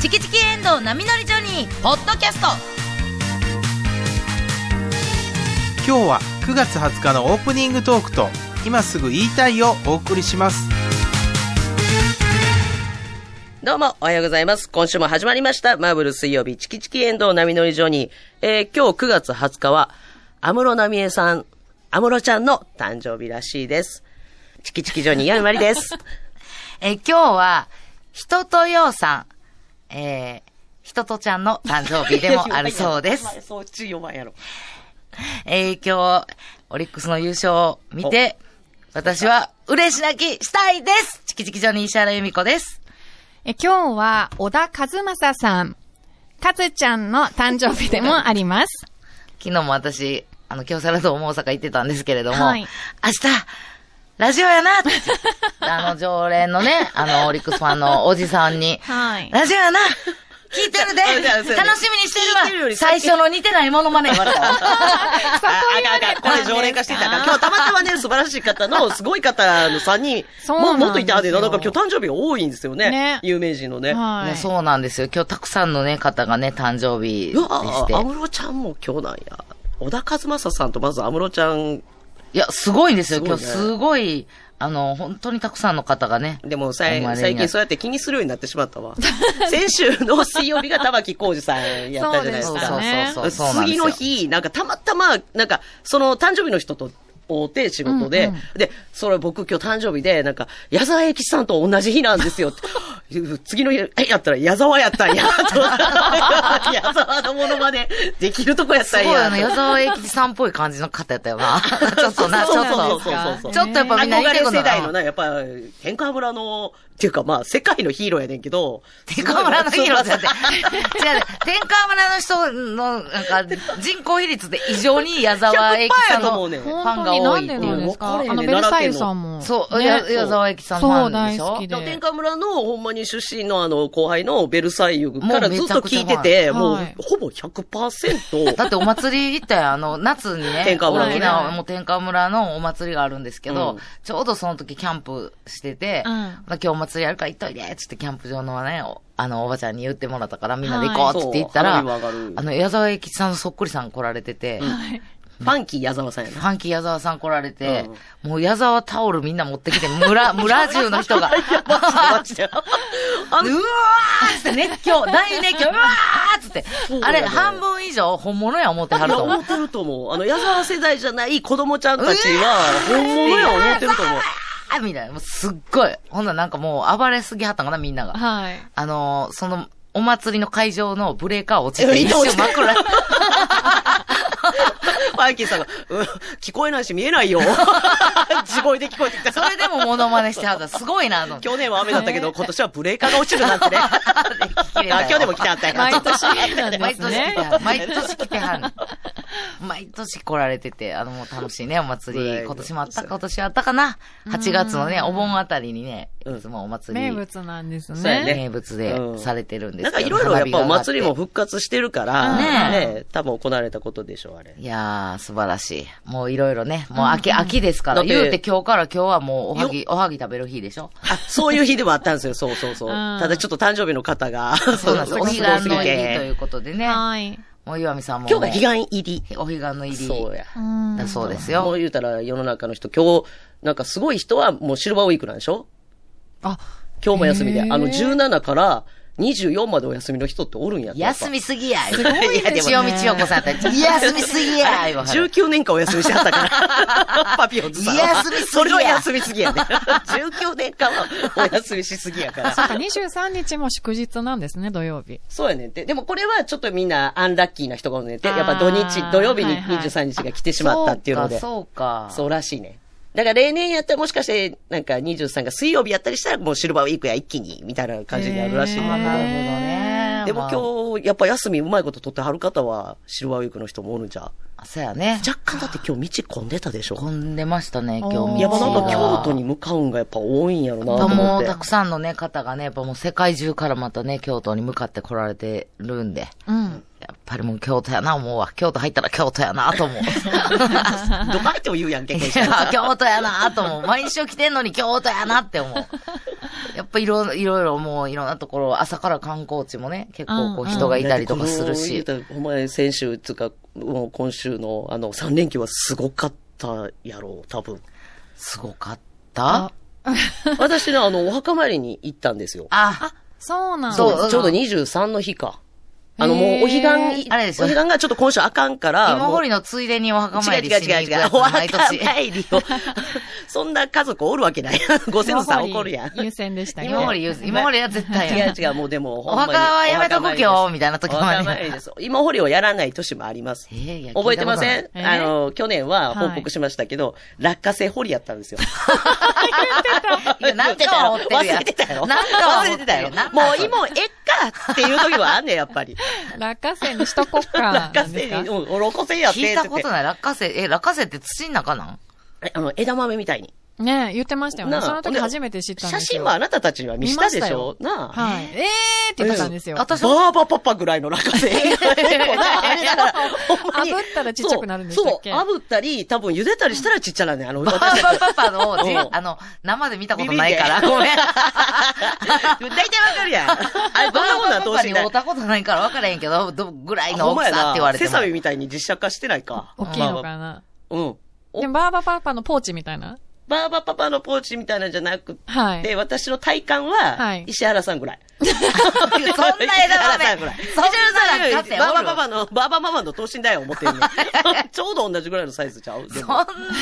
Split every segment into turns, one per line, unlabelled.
チキチキエンドウ波乗りジョニー」ポッドキャスト
今日は9月20日のオープニングトークと今すぐ言いたいをお送りします
どうも、おはようございます。今週も始まりました。マーブル水曜日、チキチキエンドウ波乗りジョニー。えー、今日9月20日は、安室奈美恵さん、安室ちゃんの誕生日らしいです。チキチキジョニー、やんまり です。
えー今日は、人とようさん、えー、人とちゃんの誕生日 でもあるそうで
お前
す。
そっち弱い やろ。
えー今日、オリックスの優勝を見て、私は嬉し泣きしたいですチキチキジョニー石原由美子です。
え今日は小田和正さん、かつちゃんの誕生日でもあります。
昨日も私、あの、京セラドーム大阪行ってたんですけれども、
はい
明日、ラジオやなってあの、常連のね、あの、オリックスファンのおじさんに、
はい
ラジオやな聞いてるで
そうだそうだ
楽しみに
聞い
して
る
る
より
わ最初の似てないモノマネ言われたわ
あ、あ かんあかん。これ常連化していたらあかん。今日たまたまね、素晴らしい方の、すごい方の3人、
そう
もう
な
ん
ですよ
もっといたはずで、なんか今日誕生日が多いんですよね。
ね
有名人のね。
はい。
ねそうなんですよ。今日たくさんのね、方がね、誕生日で
うわ
し
あ、
て。
安室ちゃんも今日なんや。小田和正さんとまず安室ちゃん
いや、すごいんですよ。
すごい
今
ね
日すごい、あの、本当にたくさんの方がね。
でもさ
お生まれにな
最近そうやって気にするようになってしまったわ。 先週の水曜日が玉置浩二さんやったじゃないです
そう
か。
そうそうそう。そうなんです
次
よ
の日、なんかたまたま、なんか、その誕生日の人と、会うて仕事で、で、それ僕今日誕生日で、なんか、矢沢永吉さんと同じ日なんですよって。次の日、えやったら矢沢やったんや、と。矢沢のものまでできるとこやっ
す
たん
ごいあの、
や
矢。沢永吉さんっぽい感じの方やったよ な。ちょっとな、ち
そ
ょ
う
っ
そう
と。
そうそうそう。
ちょっとやっぱみんな
憧
似て
れ
くん
世
だ
代の
な。
な、やっぱ、天川村の、っていうかまあ、世界のヒーローやねんけど。
天川村のヒーローじゃなくて。違う、天川村の人の、なんか、人口比率で異常に矢沢永吉さん
100%やと思う
のフ
ねん
ァンが
本当に
多
ない
っ
ん
て
で
い
なん
う。
ですか、
うん
あの、ベルサイユさんも。
そう、
ね
や矢沢永吉さんファンでし
そう大好
ょ
きで
天川村の、ほんまに出身のあの、後輩のベルサイユからず
もう
っ
めち
と
ゃくち
聞
ゃ
いてて、
はい
もう
はい、
ほぼ100%。
だってお祭り行ったよ。あの、夏にね
天、川村ね
沖縄も天川村のお祭りがあるんですけど、
うん
ちょうどその時キャンプしてて、
うん
まあ今日お祭りやるから行っといで、つってキャンプ場のね、おあの、おばちゃんに言ってもらったからみんなで行こうっつって言った
は
ら、
いそう花火も上がる
あの、矢沢永吉さんのそっくりさん来られてて、
はい。
ファンキー矢沢さんや
フ
な。
ァンキー矢沢さん来られて、もう矢沢タオルみんな持ってきて、村、 村中の人が、
マ ジで。あ
で
の
うわーっつって熱狂、大熱狂、うわーっつって
そう、だ
あ
ね
れ半分以上本物や思ってはると思
思
う
っ。てると思う。あの、矢沢世代じゃない子供ちゃんたちは、本物や思ってると思う。
あ みたいな。もうすっごい。ほんならなんかもう暴れすぎはったんかな、みんなが。
はい。
あのー、その、お祭りの会場のブレーカー落ちて、
え
一瞬真っ暗。
ファンキーさんが、うん聞こえないし見えない よ。地声で聞こえてきた。
それでもモノマネしてはった。すごいな、と思って。
去年は雨だったけど、今年はブレーカーが落ちるなん てね。あ去年も来てあったんや
毎年なんで
毎
す
年来
ね
て。はる。毎年来てはる。毎年来られてて、あの、もう楽しいね、お祭
ブレーカ
り。
ー
今年もあったか、今年はあったかな。8月のね、お盆あたりにね、いつもお祭り。
名物なんで
そ
す
うや
ね。
ね
名物でされてるんです
なん
けど
かいろいろやっぱお祭りも
花火が上がって
復活してるから、
ねえ
ねえ多分行われたことでしょう、あれ。
いやー、素晴らしい。もういろいろね。もう秋、秋ですか
だ
ら。
って
言うて今日から今日はもうおはぎ、おはぎ食べる日でしょ
あ、そういう日でもあったん ですよ、そうそうそう。
うん
ただちょっと誕生日の方が、
そうなんです。お
お
彼
す
岸
ごすぎ
の入りと
て。
いうことでね。
はい。
もう岩見さんも、ね。
今日が彼岸入り。
お彼岸の入り。
そうや。
うん
だそうです
も
よ。
う言うたら世の中の人、今日、なんかすごい人はもうシルバーウィークなんでしょ
あ、
今日も休みで。
へえ
あの17から24までお休みの人っておるんやって。やっぱ
休みすぎや。す
ごいですね
塩見千代子さんた ち。休みすぎや。言わはる
19年間お休みしちゃった から。パピオンズさんは。
休みすぎや
それは休みすぎやね。19年間はお休みしすぎやから。
そうか、23日も祝日なんですね、土曜日。
そうやねんて。でもこれはちょっとみんなアンラッキーな人がおるねんて。
あー
やっぱ土日、土曜日に
はいはい
23日が来てしまったっていうので。そう
そうか、そうか。
らしいね。だから例年やったらもしかして、なんか23が水曜日やったりしたらもうシルバーウィークや一気に、みたいな感じになるらしいねん
あ
て。
なるほどね。
でも
日。
今日、やっぱ休みうまいこと取ってはる方は、シルバーウィークの人もおるんじゃう。
そうやね。
若干だって今日道混んでたでしょ。
混んでましたね、今日も。
いやっぱなん
あ
か京都に向かうんがやっぱ多いんやろな
やっ
と
ぱ
思
も
っ
う
て
た。くさんのね、方がね、やっぱもう世界中からまたね、京都に向かって来られてるんで、や
うん。
っぱりもう京都やな思うわ。京都入ったら京都やな と思う。い
どこ入っても言うやんけ、結構。
や京都やなと思う。毎週来てんのに京都やなって思う。やっぱいろ、いろいろもういろんなところ、朝から観光地もね、結構こう人がいたりとかするし。
だってこの言うたらお前、先週、つうか、もう今週の、あの、3連休はすごかったやろう、多分。
すごかった
私ね、あの、お墓参りに行ったんですよ。
あ、
そうなん
そう
そう、ちょうど23の日か。あの、もう、お彼岸、
あれですよ
お彼岸がちょっと今週あかんから、
芋
もう
掘りのついでにお墓
違う
参りし
違う違う
に行く
違う
や。つ
お
毎
墓
年。
参りを。そんな家族おるわけない。 ご先祖さん怒るやん。
優先でしたね。
芋掘り言う、芋掘りは絶対や
違
な
う違う、もうでも、
お墓はやめとくけよ、みたいな時
お
もあ
墓
る
参りです。今掘りをやらない年もあります。
えーいや
覚えてませ
聞い
ん
た、
ことない
あの、去年は報告しましたけど、落花生掘りやったんですよ。
いや なんかは掘ってるや
忘
ん
れてたやろ
なんか
忘
は掘
れ
って
て
る
た
や
やろ
ん
もう今、えっかっていう時もあんねん、やっぱり。
落花生にしとこっか。
落花生
な
に、
んで
うん、おろこせやってっ
聞
て言
いた
って。
ことない。落花生、え、落花生って土の中なん
えあの、枝豆みたいに。
すかねえ言ってましたよね。
なあ
その時初めて知ったん
写
ですよ。
真もあなたたちには見したで
見ま
し
し
たょ
よ
なあ。
はい。えーって言ってたんですよ。
私
バ
も、
ーバパパぐらいの落花生。あれだから、ほんまに
炙ったらちっちゃくなるんでしたっけ
そう、そう炙ったり、多分茹でたりしたらちっちゃなんねんあの、
パ
私
パパパの、
う
じ
ん
あの、生で見たことないから、ごめん。
大体わかるやん。あれ、どんなもんなん
パ
等
パ
身
に
大
会。ったことないから分からへんけど、ど、ぐらいの
ほん
大
ま
き
や
さって言わ
な。
れて
セ
も。
サミみたいに実写化してないか。
大きいのかな。
うん。お
でも、バーバパパのポーチみたいな。
バーバパパのポーチみたいなんじゃなく
は
て、
い。
私の体感
は、
はい石原さんぐらい。
そんな枝 豆。そ
そ
ん
ん
な
な
落花生
バー
お
バ
る
パパの、バーバママの等身大を持っ てんねんちょうど同じぐらいのサイズちゃうで
そん
も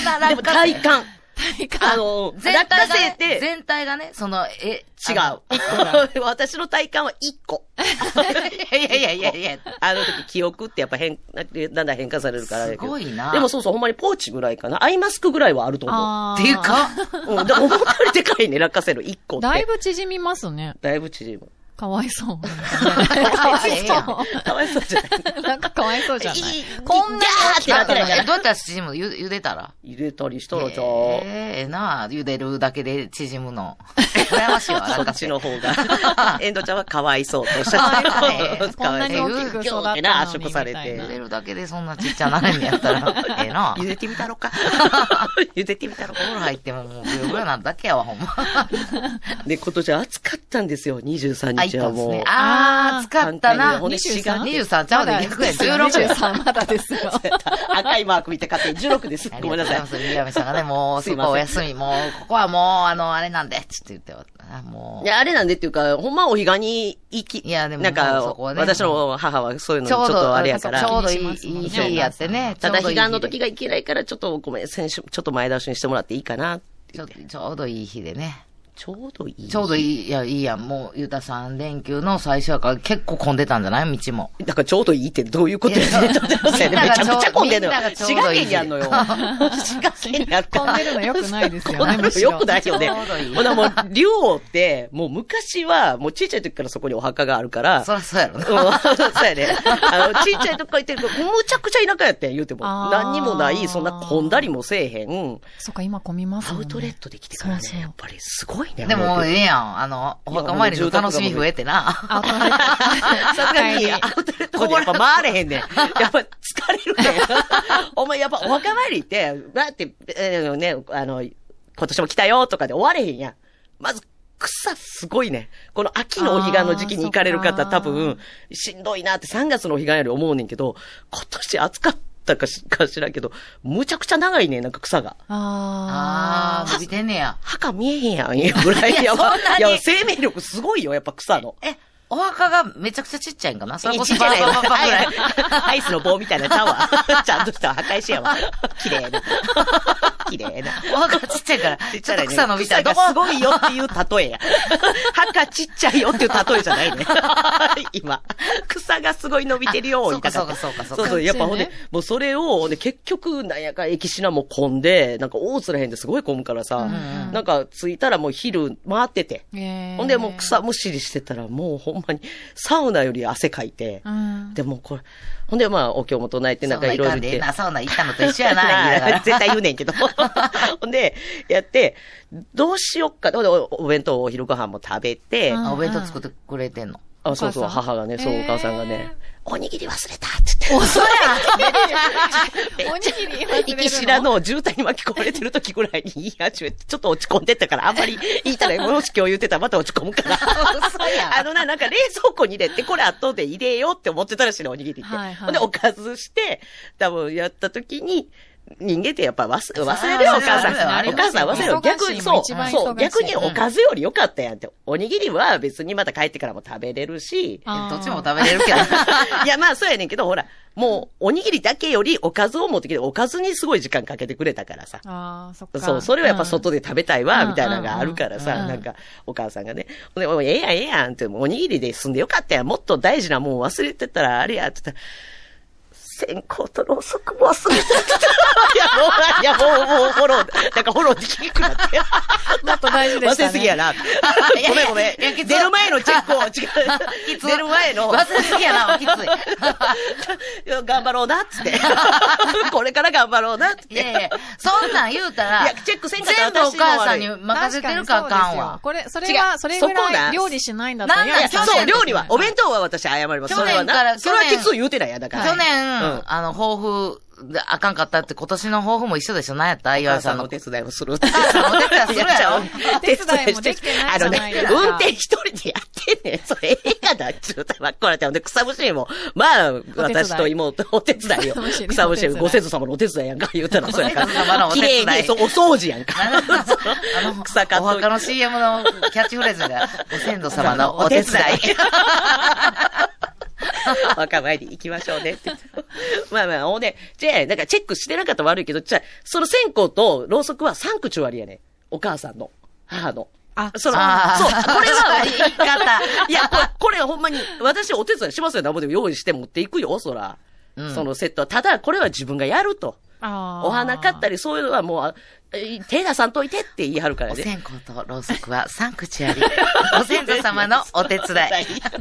な
で
落
も
花
体。
生
感。
体
あ
感。
の、落
全体
花
が
生
ね
っ、て、
全体がね、その、え、
違
あの。
う。 私の体感は1個。
いやいやいやいやいや。
あの時記憶ってやっぱ変、 だんだん変化されるからあれだけど
すごいな
でもそうそう、ほんまにポーチぐらいかな。アイマスクぐらいはあると思う。
あ
っ
ー
ていうか、
うん、でも思ったよりでかいね、落花生の1個って。
だい。ぶ縮みますね。
だいぶ縮む。
かわいそう。
かわいいやん
かわいそうじゃない。
なんかかわいそうじゃない
いい
こんな
ギャーってなってないか
え
ら。
どうやったら縮むゆ茹でたら
入れたりしたらじゃあ、
えええなあ茹でるだけで縮 むの。羨ましいわ、
そ
落花
っち
生。
の方が。 エンドちゃんはかわいそうとおっし
かわ
ゃ
いそう
って
ね
た。 かわいそう。
こんなに大
きく育った
ギュ
の
ー
に
ってな圧縮され
みたい
て
な
茹。でるだけでそんなちっちゃなるんやっ たら、ええなあ。
茹でてみたろ か。茹でてみたろか
お。風呂入ってももうぐよぐよなんだけやわ、ほんま。
で、今年暑かったんですよ、23
あ、い
日
た
は
んです
もう
ね。。あー、使ったな。
ほんで4
23 23ちゃうで、逆や、16。
23まだですよ。
赤いマーク見て勝手に16です。
あり
ご
が
めん
とうご
な
ざ
さ
い
い
ま。す。ゆうやみさんがね、もう、
す
そ
いま
こ
せん
お休み、もう、ここはもう、あの、あれなんで、ちょっと言って、あも、
いうや、あれなんでっていうか、ほんまはお彼岸に行き、
いやでも
なん
もう
か、
そこはね
私の母はそういうの
ち
ちょ
ょ
っ
う
と
ど、
あれやか
ちょ
ら、
うどいいいい日やってね。
ただ
ちょ
彼
うどいい
岸の時が行けないから、ちょっとごめん、先週、ちょっと前倒しにしてもらっていいかなって
ちょちょうどいい日でね。
ちょうどいい。
ちょうど
い
いい、いや、いいやん。もう、ゆうたさん連休の最初やから結構混んでたんじゃない道も。
い。だからちょうどいいってどういうことやねん
いや
ちょっと待って
みんな
め
が
ちゃくちゃ混んでんの
みんなが
よ。
ちょうど
滋
いい
賀県やんのよ。滋賀県やった
混んでるの良くないですよ ね
混んでるの良くないよね。
ちょうどいい
ほなもう、竜王って、もう昔は、もうちっちゃい時からそこにお墓があるから、
そらそうやろ
うん
な。
そうやね。あの、ちっちゃいとこ行ってるけど、むちゃくちゃ田舎やってん、言うても。
あー
何にもない、そんな混んだりもせえへん。
そっか、今混みます
ア
もんね
ウトレットで来てから
そうそう
ね、やっぱりすごいね。
でも、
あの
ええやん。あの、お墓参りの楽しみ増えてな。
アウトレット。
さすがに、
帰
ア
り
ウトレットでやっぱ回れへんねん。やっぱ疲れるね。お前やっぱお墓参りって、だって、えーね、あの、今年も来たよとかで終われへんやん。まず、草すごいね。この秋のお彼岸の時期に行かれる
あ
方
ー
多分、しんどいなって3月のお彼岸より思うねんけど、今年暑かったかしかしらんけど、むちゃくちゃ長いねん、なんか草が。
あ
あー、伸びてんねや。
墓見えへんやん、いうぐらい。やば
そんなに
いや、生命力すごいよ、やっぱ草の。
え、お墓がめちゃくちゃちっちゃいんかなそれこそ
ちっちゃい
バーバーバーバーぐらい。
アイスの棒みたいなちゃうわ。ちゃんとした墓石やわ。綺麗な。綺麗な。
お墓ちっちゃいから、ちょっと草伸びた
らね
ら、どこ
草がすごいよっていう例えや。墓ちっちゃいよっていう例えじゃないね。今。草がすごい伸びてるよ、
あ
言いたかった
そうかそうかそう
そ
か
うそう、やっぱほん
こ
で
っち、
もうそれを、ほんで結局、なんやか、駅品も混んで、なんか大津らへんですごい混むからさ、なんか着いたらもう昼回ってて。
ー。へー
ほんでもう。草むしりしてたら、もうほんまに、サウナより汗かいて
う、ん。
でもこれ、ほんでまあ、お経も唱えてなんかいろいろ言って。
サウナ行かんでええな、サウナ行ったのと一緒やな、言いなが
絶対言うねんけど。 ほんで、やって、どうしよっか。ほんで、おお弁当、お昼ご飯も食べて、
うん
ら。お弁当作ってくれてんの。
あそうそう、
お母さん
母がね、そう、
へー
お母さんがね、おにぎり忘れたって
お、そや おにぎり忘れるの
息知らの渋滞に巻き込まれてる時ぐらいに言い始めて、ちょっと落ち込んでったから、あんまり言いたら、もし今日言ってたらまた落ち込むから。
嘘や
あのな、なんか冷蔵庫に入れて、これ後で入れようって思ってたらしいの、おにぎりって。
はいはい
ほんで、おかずして、多分やった時に、人間ってやっぱ忘忘れるよ、
あー
お母さん。
あるよ
お母さん忘れるよ。
忙しい
逆に、そう、
一番忙しい
そう、逆に
うん
おかずより良かったやんって。おにぎりは別にまた帰ってからも食べれるし。
あー
どっちも食べれるけど。
いや、まあ、そうやねんけど、ほら、もう、おにぎりだけよりおかずを持ってきて、おかずにすごい時間かけてくれたからさ。
ああ、そっか。
そう、それはやっぱ
うん
外で食べたいわ、
うん
みたいなのがあるから
うん
さ、なんか、お母さんがね、ほんで、もうええやん、ええやんって、もうおにぎりで済んでよかったやん、もっと大事なもん忘れてたら、あれや、って言ったら、線香とろうそく忘れてた。いや、もう、いや、もう、もう、フォロー、なんかフォローできなくなって。
もっと大事でした、
忘
ね。
れすぎや な。ごめんごめん。
いやきつい
出る前のチェ ックを、違
き
う。
つ
出る前の。
忘れすぎやな、きつい。
いや頑張ろうなっつ って。これから頑張ろうなっつって。
いやいや、そんなん言うたら、
いやチェックせんかったら
全部お
私も悪い
母さんに任せてるかあかんわ。
確かにそうですよこれ、それは、それぐ
そこ
ら
だ
い料理しないんだったら
なん
嫌
だ
で
よ
す
去
よ。
年
そう、料理は。お弁当は私謝ります。それは
去年から
な。それは
去年
きつい言うてないやんだから。
去年、
うん
あの、抱負、あかんかったって、今年の抱負も一緒でしょ何やった
お
岩
母
井さ
さん
ん
のお
の。
手伝いをする。お手
母さんのお手伝いするやろ
手伝いもできてないじゃないですか
あのね、運転一人でやってんねん。それ、ええがなっちゅうたら、こらて、ほんで、草むしりも、まあ、私と妹、お手伝いよ
草むしり。
草むしり、
お手伝い
ご先祖様のお手伝いやんか、言うたら、そうやから
ご先祖様のお手
綺
伝い
麗に、そう、お掃除やんか
なんか。あ
そう
の、
草刈っ
お
といて
墓の CM のキャッチフレーズで、ご先祖様のお手 伝い。
お墓参り行きましょうね って。まあまあ、ほんで、じゃあ、なんかチェックしてなかったら悪いけど、じゃあ、その線香とろうそくは3口割りやね。お母さんの、母の。
あ
その、
あ
そう、
ー
これは、
言い方
いや、これ、これはほんまに、私お手伝いしますよ、何もでも用意して持っていくよ、そら。
うん
そのセットは。ただ、これは自分がやると。
あー
お花買ったり、そういうのはもうあ、え手出さんといてって言い張るから
お
ね。
線香とろうそくは3口あり、ご先祖様のお手伝い。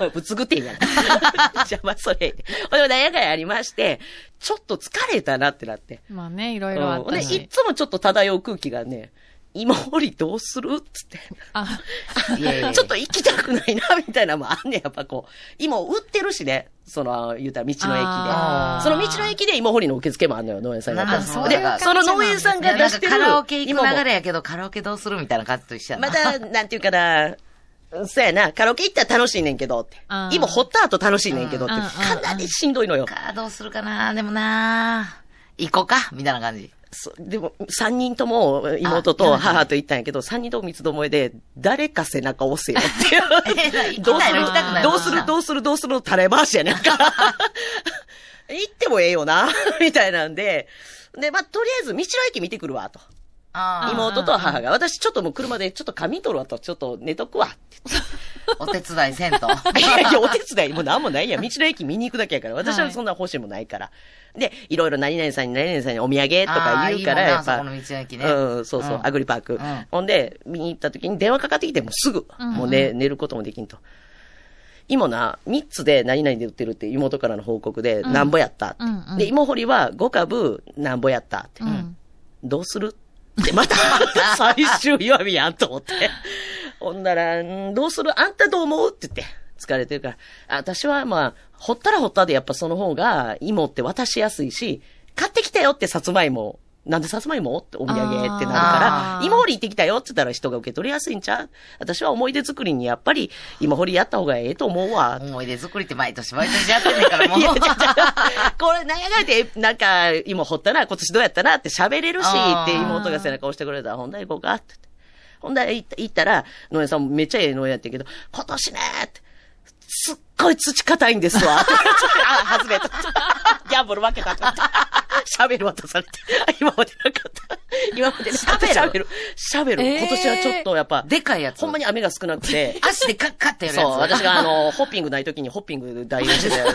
もうぶつぐって んやん。じゃあまあそれ。ほいで、なんやかんやありまして、ちょっと疲れたなってなって。
まあね、いろいろあ
うん
っ
ほんで、
た
い
し。
つもちょっと漂う空気がね、今掘りどうするっつって。
あ、
いやいや
ちょっと行きたくないな、みたいなのもあんねんやっぱこう。今売ってるしね、その、言うたら道の
あ
駅
ー
で。その道の駅で芋掘りの受付もあんのよ、農園さんが。
なんか
で
そういう感
じ
そ
なんで
の
すね
農園さんが出
なん
し
か
てる。
カラオケ行
芋
く
も
流れやけど、カラオケどうするみたいな感じと一緒やな。
また、なんていうかな、そうやな、カラオケ行ったら楽しいねんけどって
あ。ー
今掘った後楽しいねんけどって、
うんうん
かなりしんどいのよ。
か、どうするかなでもな行こうかみたいな 感じ。
そでも、三人とも、妹
あ
と
はいはい
母と行ったんやけど、三人とも三つどもえで、誰か背中押せよ って
え
どうする
行きたいの行きたくないの
どうするどうするどうするの垂れ回しやねん か。行ってもええよな、 みたいなんで。で、まあ、とりあえず、道の駅見てくるわ、と。
あー
妹と母が、私ちょっともう車で、ちょっと髪取るわと、ちょっと寝とくわ、
お手伝いせん と。
いやいや、お手伝いもなんもないやん。道の駅見に行くだけやから。私はそんな欲しいもないから。で、いろいろ何々さんに何々さんにお土産とか言うから、
あーいいもんな
やっぱ。
そこの道の駅ね
うん、そうそう、
うん
アグリパーク。
ん
ほんで、見に行った時に電話かかってきて、もうすぐ、
んうん
もう寝、寝ることもできんと。今な、3つで何々で売ってるって妹からの報告で、なんぼやったって。
うんうん
で、芋掘りは5株なんぼやったって。
うん。
どうするって、また、 最終弱みやんと思って。ほんなら、んどうするあんたどう思うって言って、疲れてるから。あ私はまあ、ほったらほったでやっぱその方が、芋って渡しやすいし、買ってきたよってさつまいも。なんでさつまいもってお土産ってなるか
あ
ら、
ー
芋掘り行ってきたよって言ったら人が受け取りやすいんちゃう私は思い出作りにやっぱり芋掘りやった方がええと思うわ。
思い出作りって毎年毎年やってんねんから、もう。
いや、じゃじゃ これ、なんやかんやって、なんか、今掘ったな、今年どうやったなって喋れるし、
あー
って妹が背中押してくれたら、ほんだら行こうか、って言って。ほんだら行った行ったら、農園さんもめっちゃええ農園やってんけど、今年ねーって、すっごい土硬いんです わ。あ、外れた。ギャンブル負けたと思った。喋る渡されて。今までなかった。今までなかった。
喋
喋る。喋る。
えー
今年はちょっとやっぱ、
でかいやつ。
ほんまに雨が少なくて、
足でカッカッてやるや
そ
つ。
う、私があの、ホッピングない時にホッピング代用してたや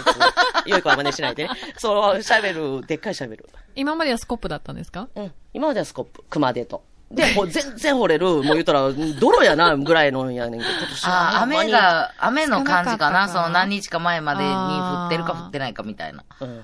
つ。よい子は真似しないでね。その、シャベル、でっかいシャベル。
今まではスコップだったんですか
うん。今まではスコップ、熊手と。で、もう全然掘れる、もう言うたら、泥やな、ぐらいのやねんけど、今年は
あー
ほんま
雨
に。
が、雨の感じかな
少なかったか
その何日か前までに降ってるか降ってないかみたいな。
うん。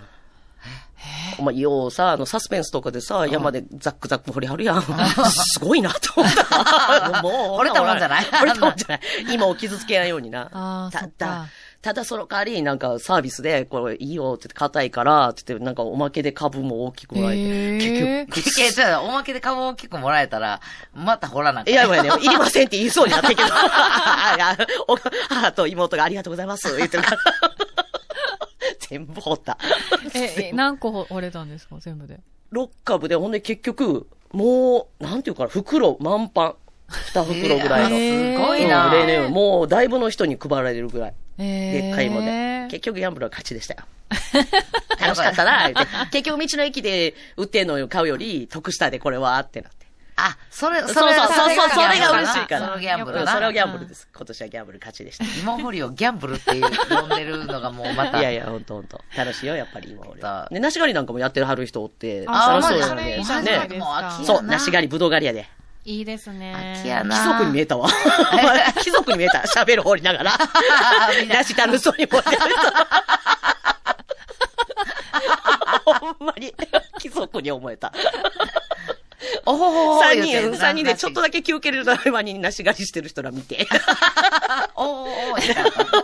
お前、ようさ、あの、サスペンスとかでさ、山でザックザック掘りはるやん。 すごいな、と思った。もう、
掘れたもんじゃない
掘れたもんじゃない。今を傷つけないようにな。
あーそっか
ただ、ただその代わり、なんかサービスで、これいいよって言って、硬いから、って言って、なんかおまけで株も大きくもらえて、
へー
結
いや、
局、
じゃあ、おまけで株を大きくもらえたら、また掘らなき
い
ゃ
やいやいや、いりませんって言いそうになったけど、 お母と妹がありがとうございます、言ってるから。 全部掘った。
え、え何個掘れたんですか全部で。
6株で、ほんで結局、もう、なんていうかな、袋満帆。2袋ぐらいの。
すごい
うん
な。
例年、もうだいぶの人に配られるぐらい。
え
でっかいもので。結局ギャンブルは勝ちでしたよ。楽しかったな、言うて結局道の駅で売ってんのを買うより、得したでこれは、ってなって。
あ、それ、
そうそうそう、
れ
そうそれ
ギャンブル
が
だな
嬉しいから。
そのギャンブ
う
ル
んそれ
だ
はギ
な。
ャンブルです。今年はギャンブル勝ちでした。
芋掘りをギャンブルっていう呼んでるのがもうまた。
いやいや、ほんとほんと。楽しいよ、やっぱり今俺
また。
ね、梨狩りなんかもやってるはる人おって、
あ
楽しそう
ま
やん
あそれ
ね
いいじゃ。ないです
ね。
か
そう、梨狩り、ぶどう狩りやで。
いいですね。
秋やな。
貴族に見えた わ。貴族に見えた。喋る掘りながら。梨楽しそうに掘ってる人。 ほんまに、貴族に思えた。
おほほほ。
三
言う
人、
て
三人でちょっとだけ休憩の合間に梨狩りしてる人ら見 て。
おおお言うて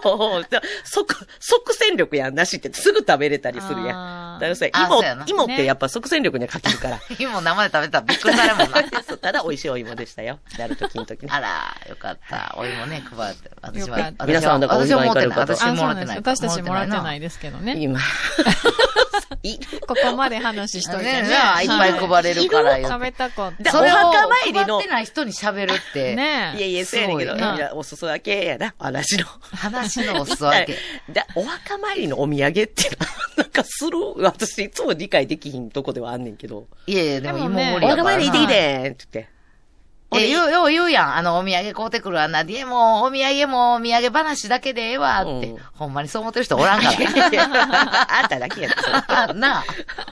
おー即、即戦力やん、梨ってすぐ食べれたりするやん。
あー
だからさ、
あそうやな
芋、芋ってやっぱ即戦力には勝てる から。
芋生で食べたらびっくりされるもんな。
そうただ美味しいお芋でしたよ。なるときの時に。
あら、よかった。お芋ね、配って。私
よか
は
っ、
た皆さんはだからお
私
祝
は
い
持ってない。
行かれる
私
方
あ、
も
そう
ら
なん
っ
で
て
す
ない。
私たちもらってない
い。
ですけどね。
今。い
ここまで話しといて
ね
ね。
ねいっぱい配れるからよ
喋ったこ
だ
と。
それを
お墓参りの
配ってない人に喋るって。
ね
いや
え。
いや、そうやねんけど、
す
い
ごいな
やお裾分けやな、話の。
話のお裾分け。
だお墓参りのお土産ってな、なんかする、私いつも理解できひんとこではあんねんけど。
いやいや、でも
でもね
芋盛り
お
やか
墓参
らな。
り行ってきてって言って。
え、よう、よう言うやん。あの、お土産買うてくるあんな。でも、お土産も、お土産話だけでええわ、って、
うん
ほんまにそう思ってる人おらん か
あんただけやでそれ
ら。なあ。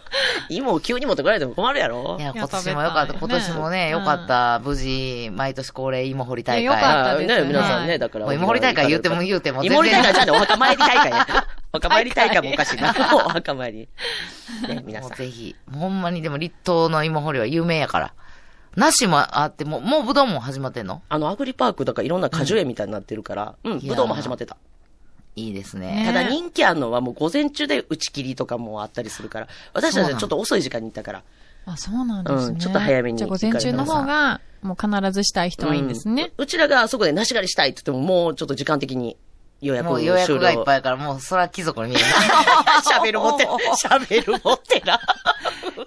芋を急に持ってこられても困るやろ
いや、
い
今
や
年もよかった。
食
今
べたいよね
年もね、よかった。無事、毎年恒例芋掘り大会。
いやよかった
あ
です
ね、皆さん
は
ね、
い
だから。
もう芋掘り大会言うても言うても全然
芋掘り大会じゃね、お墓参り大会や。 お墓参り大会もおかしいな。お墓参り。ね、皆
もう
さん。
ぜひ。ほんまに、でも、立東の芋掘りは有名やから。なしもあって、もう、もうぶどうも始まってんの
あの、アグリパークだからいろんな果樹園みたいになってるから、うん、
いやー
ぶどうも始まってた。
いいです
ね
ね。
ただ人気あるのはもう午前中で打ち切りとかもあったりするから、私たちはちょっと遅い時間に行ったから、
あ、そうなんです
うん
ね。
ちょっと早めに
じゃあ午前中の方が、もう必ずしたい人はいいんですね。
うちらがあそこで梨狩りしたいって言っても、もうちょっと時間的に予約を
もう
終
予
了。
約がいっぱいやから、もう、そら貴族に見えるな。
喋るも ってな、喋るもってな。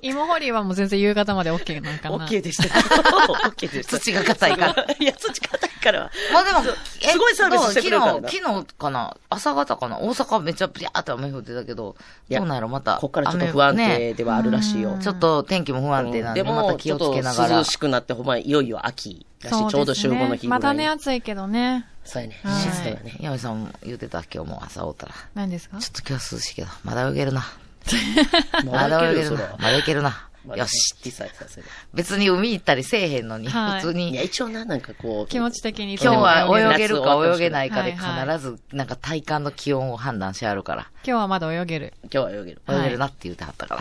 芋掘りはもう全然夕方まで OK なんかな。
オッケーで した。 オッケ ーでした。。
土が硬いから
いや、土硬いから。
まあでも、え
すごいサービスしてくれるから
ど
な
う昨日、昨日かな朝方かな大阪めっちゃビャーって雨降ってたけど、
いや
どうなんやろまた。
こっからちょっと不安
雨
定
ね
ではあるらしいよ。
ちょっと天気も不安定なんで、
で
また
も、
気
ちょ
を
っ
つ
と
けながら。
涼しくなって、ほんま、いよいよ秋だし、
そうです
ちょうど集合の日ぐらいに。
まだね、暑いけどね。
そうやね。
はい
静かやね。
やめさんも言ってた、今日も朝おったら。
何ですか
ちょっと今日は涼しいけど、まだ泳げるな。
まだいけるよ、それ
な
は。。
まだ泳げるな。よし。
ってささせる。
別に海行ったりせえへんのに、
はい
普通
い
に。
や、一応な、なんかこう。
気持ち的に。
今日は泳
げ
げ
る夏終
る
わ
か
ってほしい
泳げないかで必
はいは
ず、なんか体感の気温を判断しあるから。
今日はまだ泳げる。
今日は泳げる。
はい
泳げるなって言ってはったから。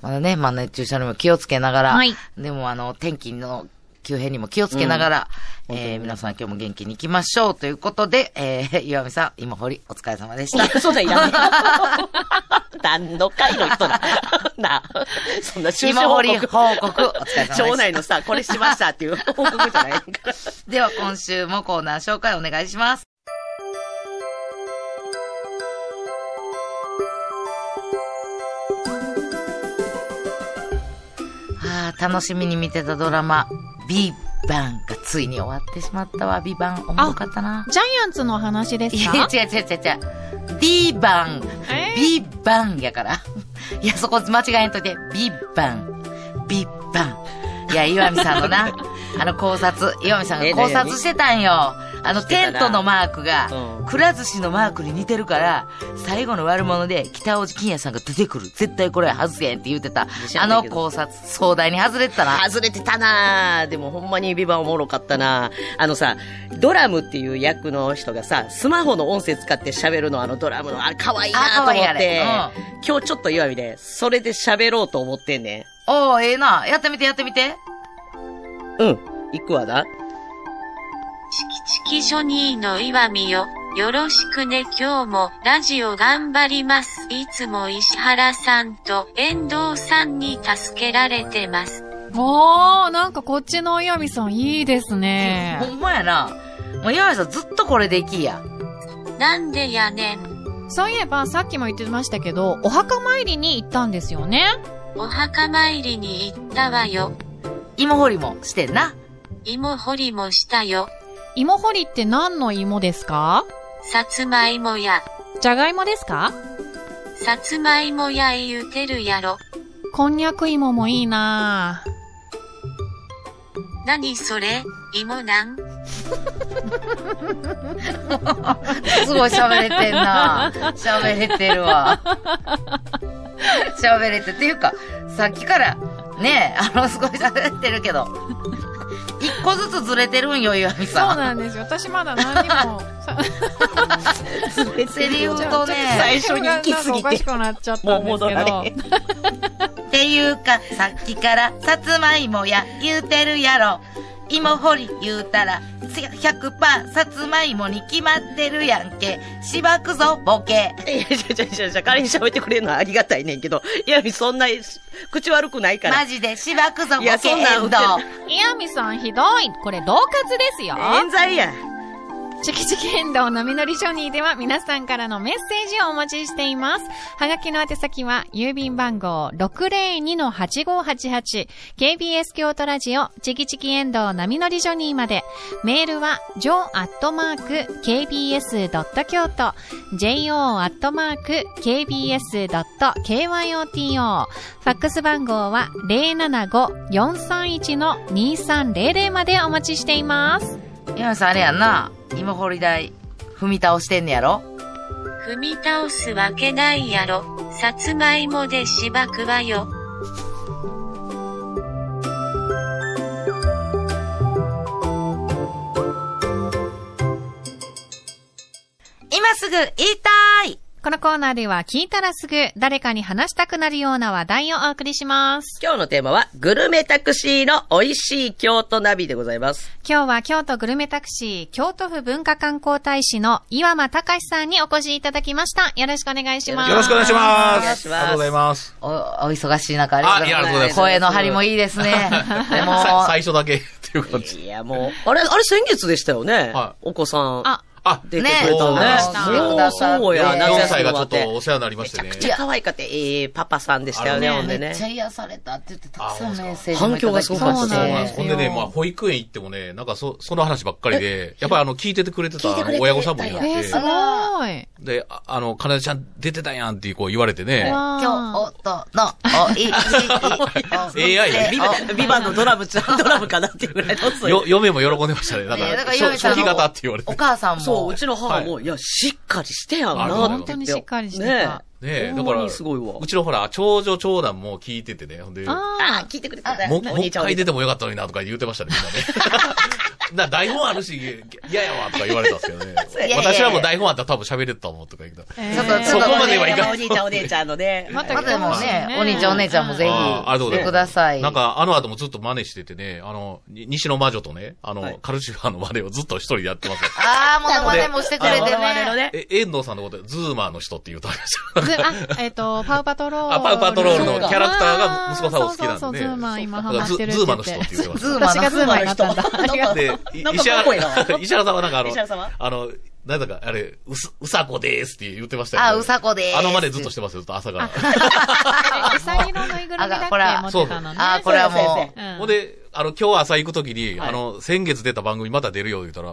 まだね、まあ熱中症にも気をつけながら、
はい
でもあの、天気の急変にも気をつけながら、えー皆さん今日も元気に行きましょうということで、えー、 岩見さん、今堀、お疲れ様でし
い
た。
やそうだ、いらね え。何の会の人だ。 なあ、そんな終
今
報
堀
告。
報告、お疲れ様でした。
町内のさ、これしましたっていう報告じゃないから。
では今週もコーナー紹介お願いします。ああ、楽しみに見てたドラマ、ビバンがついに終わってしまったわ、ビバン。おもろかったな。
ジャイアンツの話です
いや、
か
違う違う違う違う。ビバン。
え
ビバンやから。いや、そこ間違えんといて。ビバン。ビバン。いや、岩見さんのな、 あの考察、岩見さんが
え
考
何々
察してたんよ。あの、
してた
テ
な
ントのマークが
うん、
くら寿司のマークに似てるから、最後の悪者で北尾路金也さんが出てくる。絶対これは外せへんって言ってた
自。信あ
あ
った
の
けど
考察、壮大に外れてたな。
外れてたなぁでもほんまにビバンおもろかったなぁあのさ、ドラムっていう役の人がさ、スマホの音声使って喋るの、あのドラムの、あれ可愛いな
あ
ぁと
可
思
愛い
っ
あれ
て、今日ちょっと岩見で、それで喋ろうと思ってんね
おー、ええな。やってみて、やってみて。
ん。うん。行くわな。
チキチキジョニーの岩見よ。よろしくね今日もラジオ頑張ります。いつも石原さんと遠藤さんに助けられてます。
おー、なんかこっちのおやびさんいいですね
ほ。んまやな。もう、岩井さんずっとこれでいきや。
なんでやねん。
そういえばさっきも言ってましたけど、お墓参りに行ったんですよね。
お墓参りに行ったわよ。
芋掘りもしてんな。
芋掘りもしたよ。
芋掘りって何の芋ですか
さつまいもや、
じゃがいもですか
さつまいもや言うてるやろ。
こんにゃく芋もいいなぁ。
なにそれ、芋なん
すごい喋れてん な。喋れてるわ。喋れて。っていうか、さっきから、ねえ、あの、すごい喋ってるけど。一個ずつずれてるんよ、岩見
そう
さ
なんですよ。私まだ何に も。さ
ん。セリフとね、
最初に行き過ぎて
おかしくなっちゃったんですけ
もう戻ら
ど
れ。
っていうか、さっきから、さつまいもや、言うてるやろ。芋掘り言うたら、100%さつまいもに決まってるやんけ。しばくぞ、ボケ。
いや、じゃじゃじゃじゃ、彼に喋ってくれるのはありがたいねんけど、いや、そんな、口悪くないから。
マジで、しばくぞ、ボ
い
ケ、
やそんなん
遠藤。
いやみさんひどい。これ、老活ですよ。
冤罪や。
チキチキ変動のみのりジョニーでは皆さんからのメッセージをお待ちしています。はがきの宛先は郵便番号 602-8588KBS 京都ラジオチキチキ変動なみのりジョニーまで。メールは jo.kbs.kyoto jo.kbs.kyoto ファックス番号は075-431-2300までお待ちしています。
岩見さん、あれやんな。芋掘り台、踏み倒してんねやろ。
踏み倒すわけないやろ。さつまいもでしばくわよ。
今すぐ言いたい
このコーナーでは聞いたらすぐ誰かに話したくなるような話題をお送りします。
今日のテーマは、グルメタクシーの美味しい京都ナビでございます。
今日は京都グルメタクシー京都府文化観光大使の岩間隆さんにお越しいただきました。よろしくお願いします。
よろしくお願いしま
お願い
す。
します
ありがとうございます。
お、お忙しい中、ありがとうござい
あいやありがとうござ
ます。
います
声の張りもいいですね。でも、
さ最初だ けっていう感じ。
いや、もう、あれ、あれ先月でしたよね。
は
お子さん。
あ
あ、
出て
ね
くれたのね。
あ
来てくださって
そうや、夏
4
休み
歳が
終
ち
わ
ょ
っ。
ってとお世話になりま
め
し
ち
て
ゃ
ね
く。ちゃ可愛かった、ええパパさんでしたよね、ほんで
めっ
ね
ち。ゃ癒されたって言って、たくさんメッセージも
反
いた
響
だ
が
き
す
ま
ごか
した
った
そうなんで
ね
す。
ほんでね、まあ、保育園行ってもね、なんかそ、その話ばっかりで、やっぱりあの、聞いててくれてたあの親御さんもいらっ
えー、
て
す、ごい。
で、ああの、かなでちゃん出てたやんってこう言われてね、
わ
今日、おっと、の、お、い、い、い、い、
AI
お
ビバ、ビバのドラムちゃん、ドラムかなっていうぐらいのそういう
よ、嫁も喜んでましたね。なん
ねだか
か、
ら
しょ
岩井さん
初
の
期型って言われて。
お
ね
母さん
そう、
も
う、ちの母も、い、や、しっかりしてやんなって言って。
本
当にしっかりしてた
ね
え、
ほ
だ
ん
か
ま
ら、
にすごいわ
うちのほら、長女長男も聞いててね、ほんで、も
あ
ああ、聞いてくれたんだ
う、もう一回出てもよかったのになとか言ってましたね、みんなね。な、台本あるし、嫌やわとか言われたんですけどね
いやいや。
私はもう台本あったら多分喋れてたもんとか言った。
え
ちょっと、
ー
ちょっ
そ
と
こまではい
ね、
かない
おじいちゃんお姉ちゃんのね。
また
まあでもね、お兄ちゃんお姉ちゃんもぜひ、
あーありがとう
来
ござ
て
います
ください。
なんか、あの後もずっと真似しててね、あの、に西の魔女とね、あの、
はい
カルシファーの真似をずっと一人でやってますよ
あー、ものまねもしてくれて
モノマネの
ね。
ね。
え、遠藤さんのことで、ズーマーの人って言うとありました。
ずあ、えっ、と、パウパトロール。
あパウパトロールのキャラクターが息子さんを好きなんで
あーそうそうそう、ズーマン今
だ
ハ
から
マ
ズ
ってるって
ズー
言
マー
っ。
の人ってて言ってます。
ズーマ
私
の
がズーマンになったんだ。ありが とう。
で、い
なんか
石
かっこいいな
原、 石原さんはなんかあの、
石原さんは
あの、なんだか、あれ、うす、うさこでーすって言ってましたよね。
あ、うさこでーす。
あのまでずっとしてますよ、ずっと朝から。
うさぎのぬいぐるみだっ
あ
け
ほら
持っ
そう
て
そ
た
う
のね。
あー、これは
そう
も
で
う。
うん
ほんで、あの、今日朝行くときに、
はい
あの、先月出た番組また出るよ、言うたら、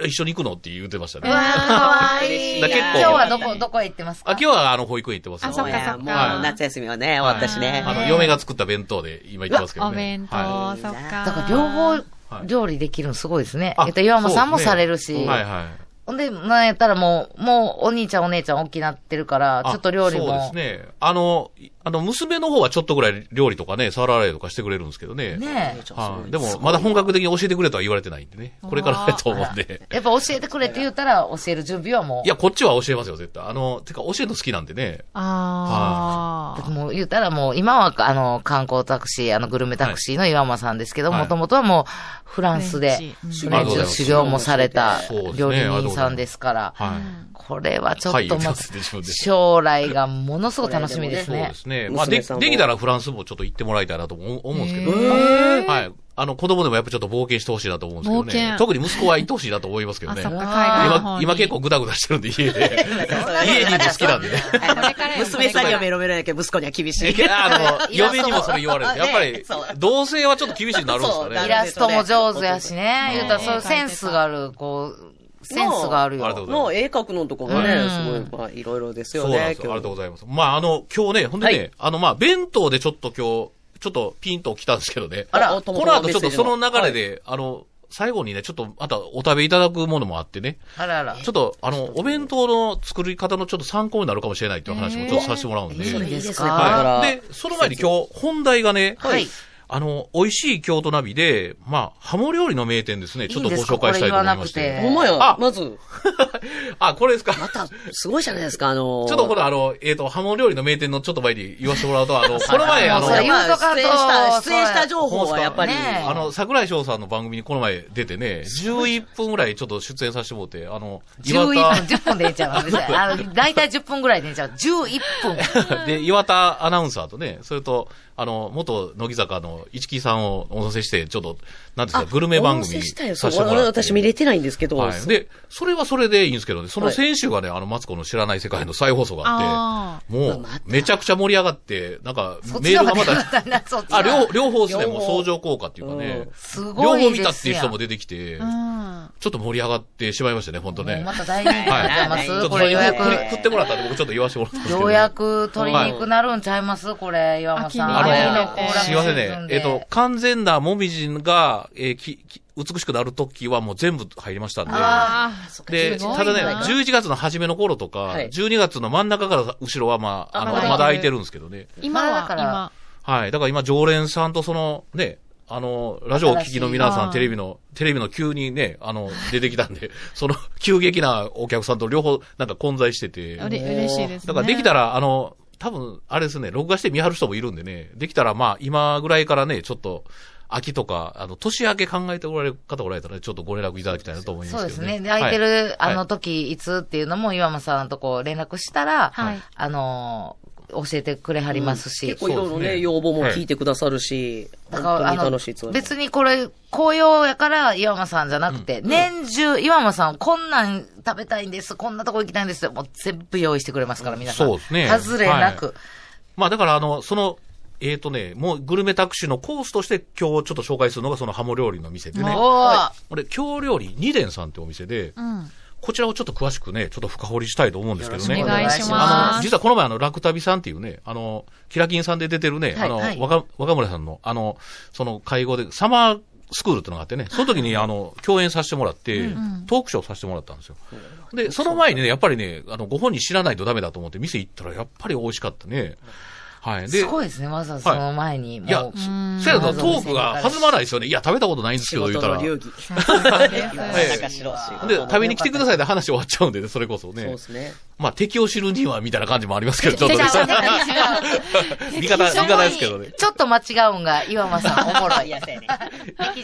い一緒に行くのって言ってましたね。
うわ
あ、
ー、かわいい。
だから
今
結構
日はどこ、どこへ行ってますか
今日はあの、保育園行ってますよ。
あそっか
いや
そっ
もう
か
夏休みはね、終わったしね。
あの、嫁が作った弁当で今言ってますけど
お
ね。
弁当、
はい
そっか。
だから両方
はい
料理できるのすごいですね。
あ
えっと、岩間さんもされる
そう
し。
ねはいはい。
ほんで、なんやったらもう、もうお兄ちゃんお姉ちゃん大きなってるから、
あ
ちょっと料理も。
そうですね。あの、いあの、娘の方はちょっとぐらい料理とかね、触られとかしてくれるんですけどね。
ねえ。
はい。でも、まだ本格的に教えてくれとは言われてないんでね。これからだと思うんで。
やっぱ教えてくれって言ったら教える準備はもう。
いや、こっちは教えますよ、絶対。あの、てか、教えるの好きなんでね。
ああ。
もう言ったらもう、今は、あの、観光タクシー、あの、グルメタクシーの岩間さんですけど、
はい
もともとはもう、フランスで、
フ
フ
レ
レン
ンチ
チ
の
の修行もされた
そうですね
料理人さんですから、
はい。
これはちょ
はい、
っ
言
と
って
ま
ま
ず
すね、自分で。
将来がものすごく楽しみです
そう
ね
で。すね。まあ、で、
娘さんも
できたらフランスもちょっと行ってもらいたいなと思う思うんですけど、はい。あの、子供でもやっぱちょっと冒険してほしいなと思うんですけど
冒
ね。
険
特に息子は行ってほしいなと思いますけど
あ、
ね
そっか、。海外の
今
方、に
今結構グダグダしてるんで、家で。家にも好きなんでね。
娘さんにはメロメロやけど、息子には厳しい。
いや、あの、
イラストも
嫁にもそれ言われる。やっぱり
そう、
同性はちょっと厳しいになるんですかね。
そう
イ
あ
ラストも上手やしね。
うん
言ったら、そういうセンスがある、こう、センスがある
り
よ。
がとうございま
の
す。
絵描くのとかも
う
ね、
ん
すごい、まあ、いろいろです
そ
よ
うなんで
ね
す。よ。ありがとう
今
ございます。まあ、あの、今日ね、ほんで
は
ね、あの、まあ、弁当でちょっと今日、ちょっとピンと来たんですけどね。
あら
この後ちょっとその流れで、あの、最後にね、ちょっとまたお食べいただくものもあってね、
あらあら。
ちょっとあの、お弁当の作り方のちょっと参考になるかもしれないという話もちょっとさせてもらうんで。
いいですか
はい。で、その前に今日、本題がね、
はい
あの、美味しい京都ナビで、まあ、ハモ料理の名店ですね、ちょっと
いいんで
ご
すか
紹介したいと思いまし
これ言わなくて
て。
ほんまや
あ、
まず、
あ、これですか。
また、すごいじゃないですか、あのー、
ちょっとこのあの、えっ、と、ハモ料理の名店のちょっと前に言わせてもらうと、 あの、この前
も
あの
うそ、れ言うとかと
出演した、
そ
出
うや
演した情報はやっぱり、
ね
あの、桜井翔さんの番組にこの前出てね、11分ぐらいちょっと出演させてもらって、あの、
11分、
岩
10分でいいんちゃう別にあの、大体10分ぐらいでいいんちゃう ?11 分。
田、 で、岩田アナウンサーとね、それと、あの、元乃木坂の市木さんをお乗せして、ちょっと、なんですか、グルメ番組
お見せしたよ
させてもらって。
私見れてないんですけど、
はい。で、それはそれでいいんですけどね、その先週がね、あの、マツコの知らない世界の再放送があって、もう
また、
めちゃくちゃ盛り上がって、なんか
そ、っ
メ
ち
ー
の
ル
方
が
が
ま
ま
だ、
だ、そっちの
あ、両、両方ですね、
両
もう
方
相乗効果っていうかね、
す
両
ごいで
方
す
見
やん。
たっていう人も出てきて、ちょっと盛り上がってしまいましたね、本当
もう
ね
ま。た大人気になってま
はい。ちょっ
す
と
これ
そ
予
れ食
約
い。食ってもらったんで、僕ちょっと言わせてもらったんですけど。
ようやく鶏肉なるんちゃいますこれ、岩間さん。
あの
秋の
秋
行楽
すいませんね。えっ、と、、完全なもみじが、えーき、き、美しくなるときはもう全部入りましたんで。
あ
で、
すごいな
ただね、11月の初めの頃とか、
はい
12月の真ん中から後ろはまあ、あの、
まだ
まだ空いてるんですけどね。
今
まあ
は
だから
今。
はい。だから今、常連さんとその、ね、あの、ラジオをお聞きの皆さ
新し
ん、
い
テレビの、テレビの急にね、あの、出てきたんで、 その、急激なお客さんと両方、なんか混在してて。
うれ嬉しいですね。
だからできたら、あの、多分、あれですね、録画して見張る人もいるんでね、できたらまあ、今ぐらいからね、ちょっと、秋とか、あの、年明け考えておられる方おられたら、ちょっとご連絡いただきたいなと思いま
そう
す
です
けどね。
ね。空いて
は
る、あの時、いつっていうのも岩間さんとこう連絡したら、
はい
あのー、教えてくれはりますし
結。構いろいろ
そうです
ね、
ね
要望も聞いてくださるし、
だ
本
から
当
あ
に
の
楽しいツアーです
別にこれ、紅葉やから岩間さんじゃなくて、年中、岩間さん、こんなん食べたいんです、こんなとこ行きたいんですってもう全部用意してくれますから、皆さん。
そうですね
外れなく。
はまあ、だから、あの、その、えっ、とね、もうグルメタクシーのコースとして今日ちょっと紹介するのがそのハモ料理の店でね。
おー
これ、京料理二伝さんってお店で、こちらをちょっと詳しくね、ちょっと深掘りしたいと思うんですけどね。
お願いし
あ
ま
の、
す。
実はこの前、あの、楽旅さんっていうね、あの、キラキンさんで出てるね、
はい
あの、
はい
若、若村さんの、あの、その会合で、サマースクールってのがあってね、その時に、あの、共演させてもらって、トークショーさせてもらったんですよ。で、その前にね、やっぱりね、あの、ご本人知らないとダメだと思って、店行ったら、やっぱり美味しかったね。はい。で、
すごいですね、わざわざその前に。もう
いや、そそやのトークが弾まないですよね。いや、食べたことないんですけ
仕事
ど、言うたら
の。流儀。
ええ
中城仕事の
で、
ね
食べに来てくださいって話終わっちゃうんでね、それこそ
そう
ね
で。すね。
まあ、敵を知るには、みたいな感じもありますけど、ちょっとね。 味方、味方ですけどね。
ちょっと間違うんが、岩間さん、おも ろい。やせ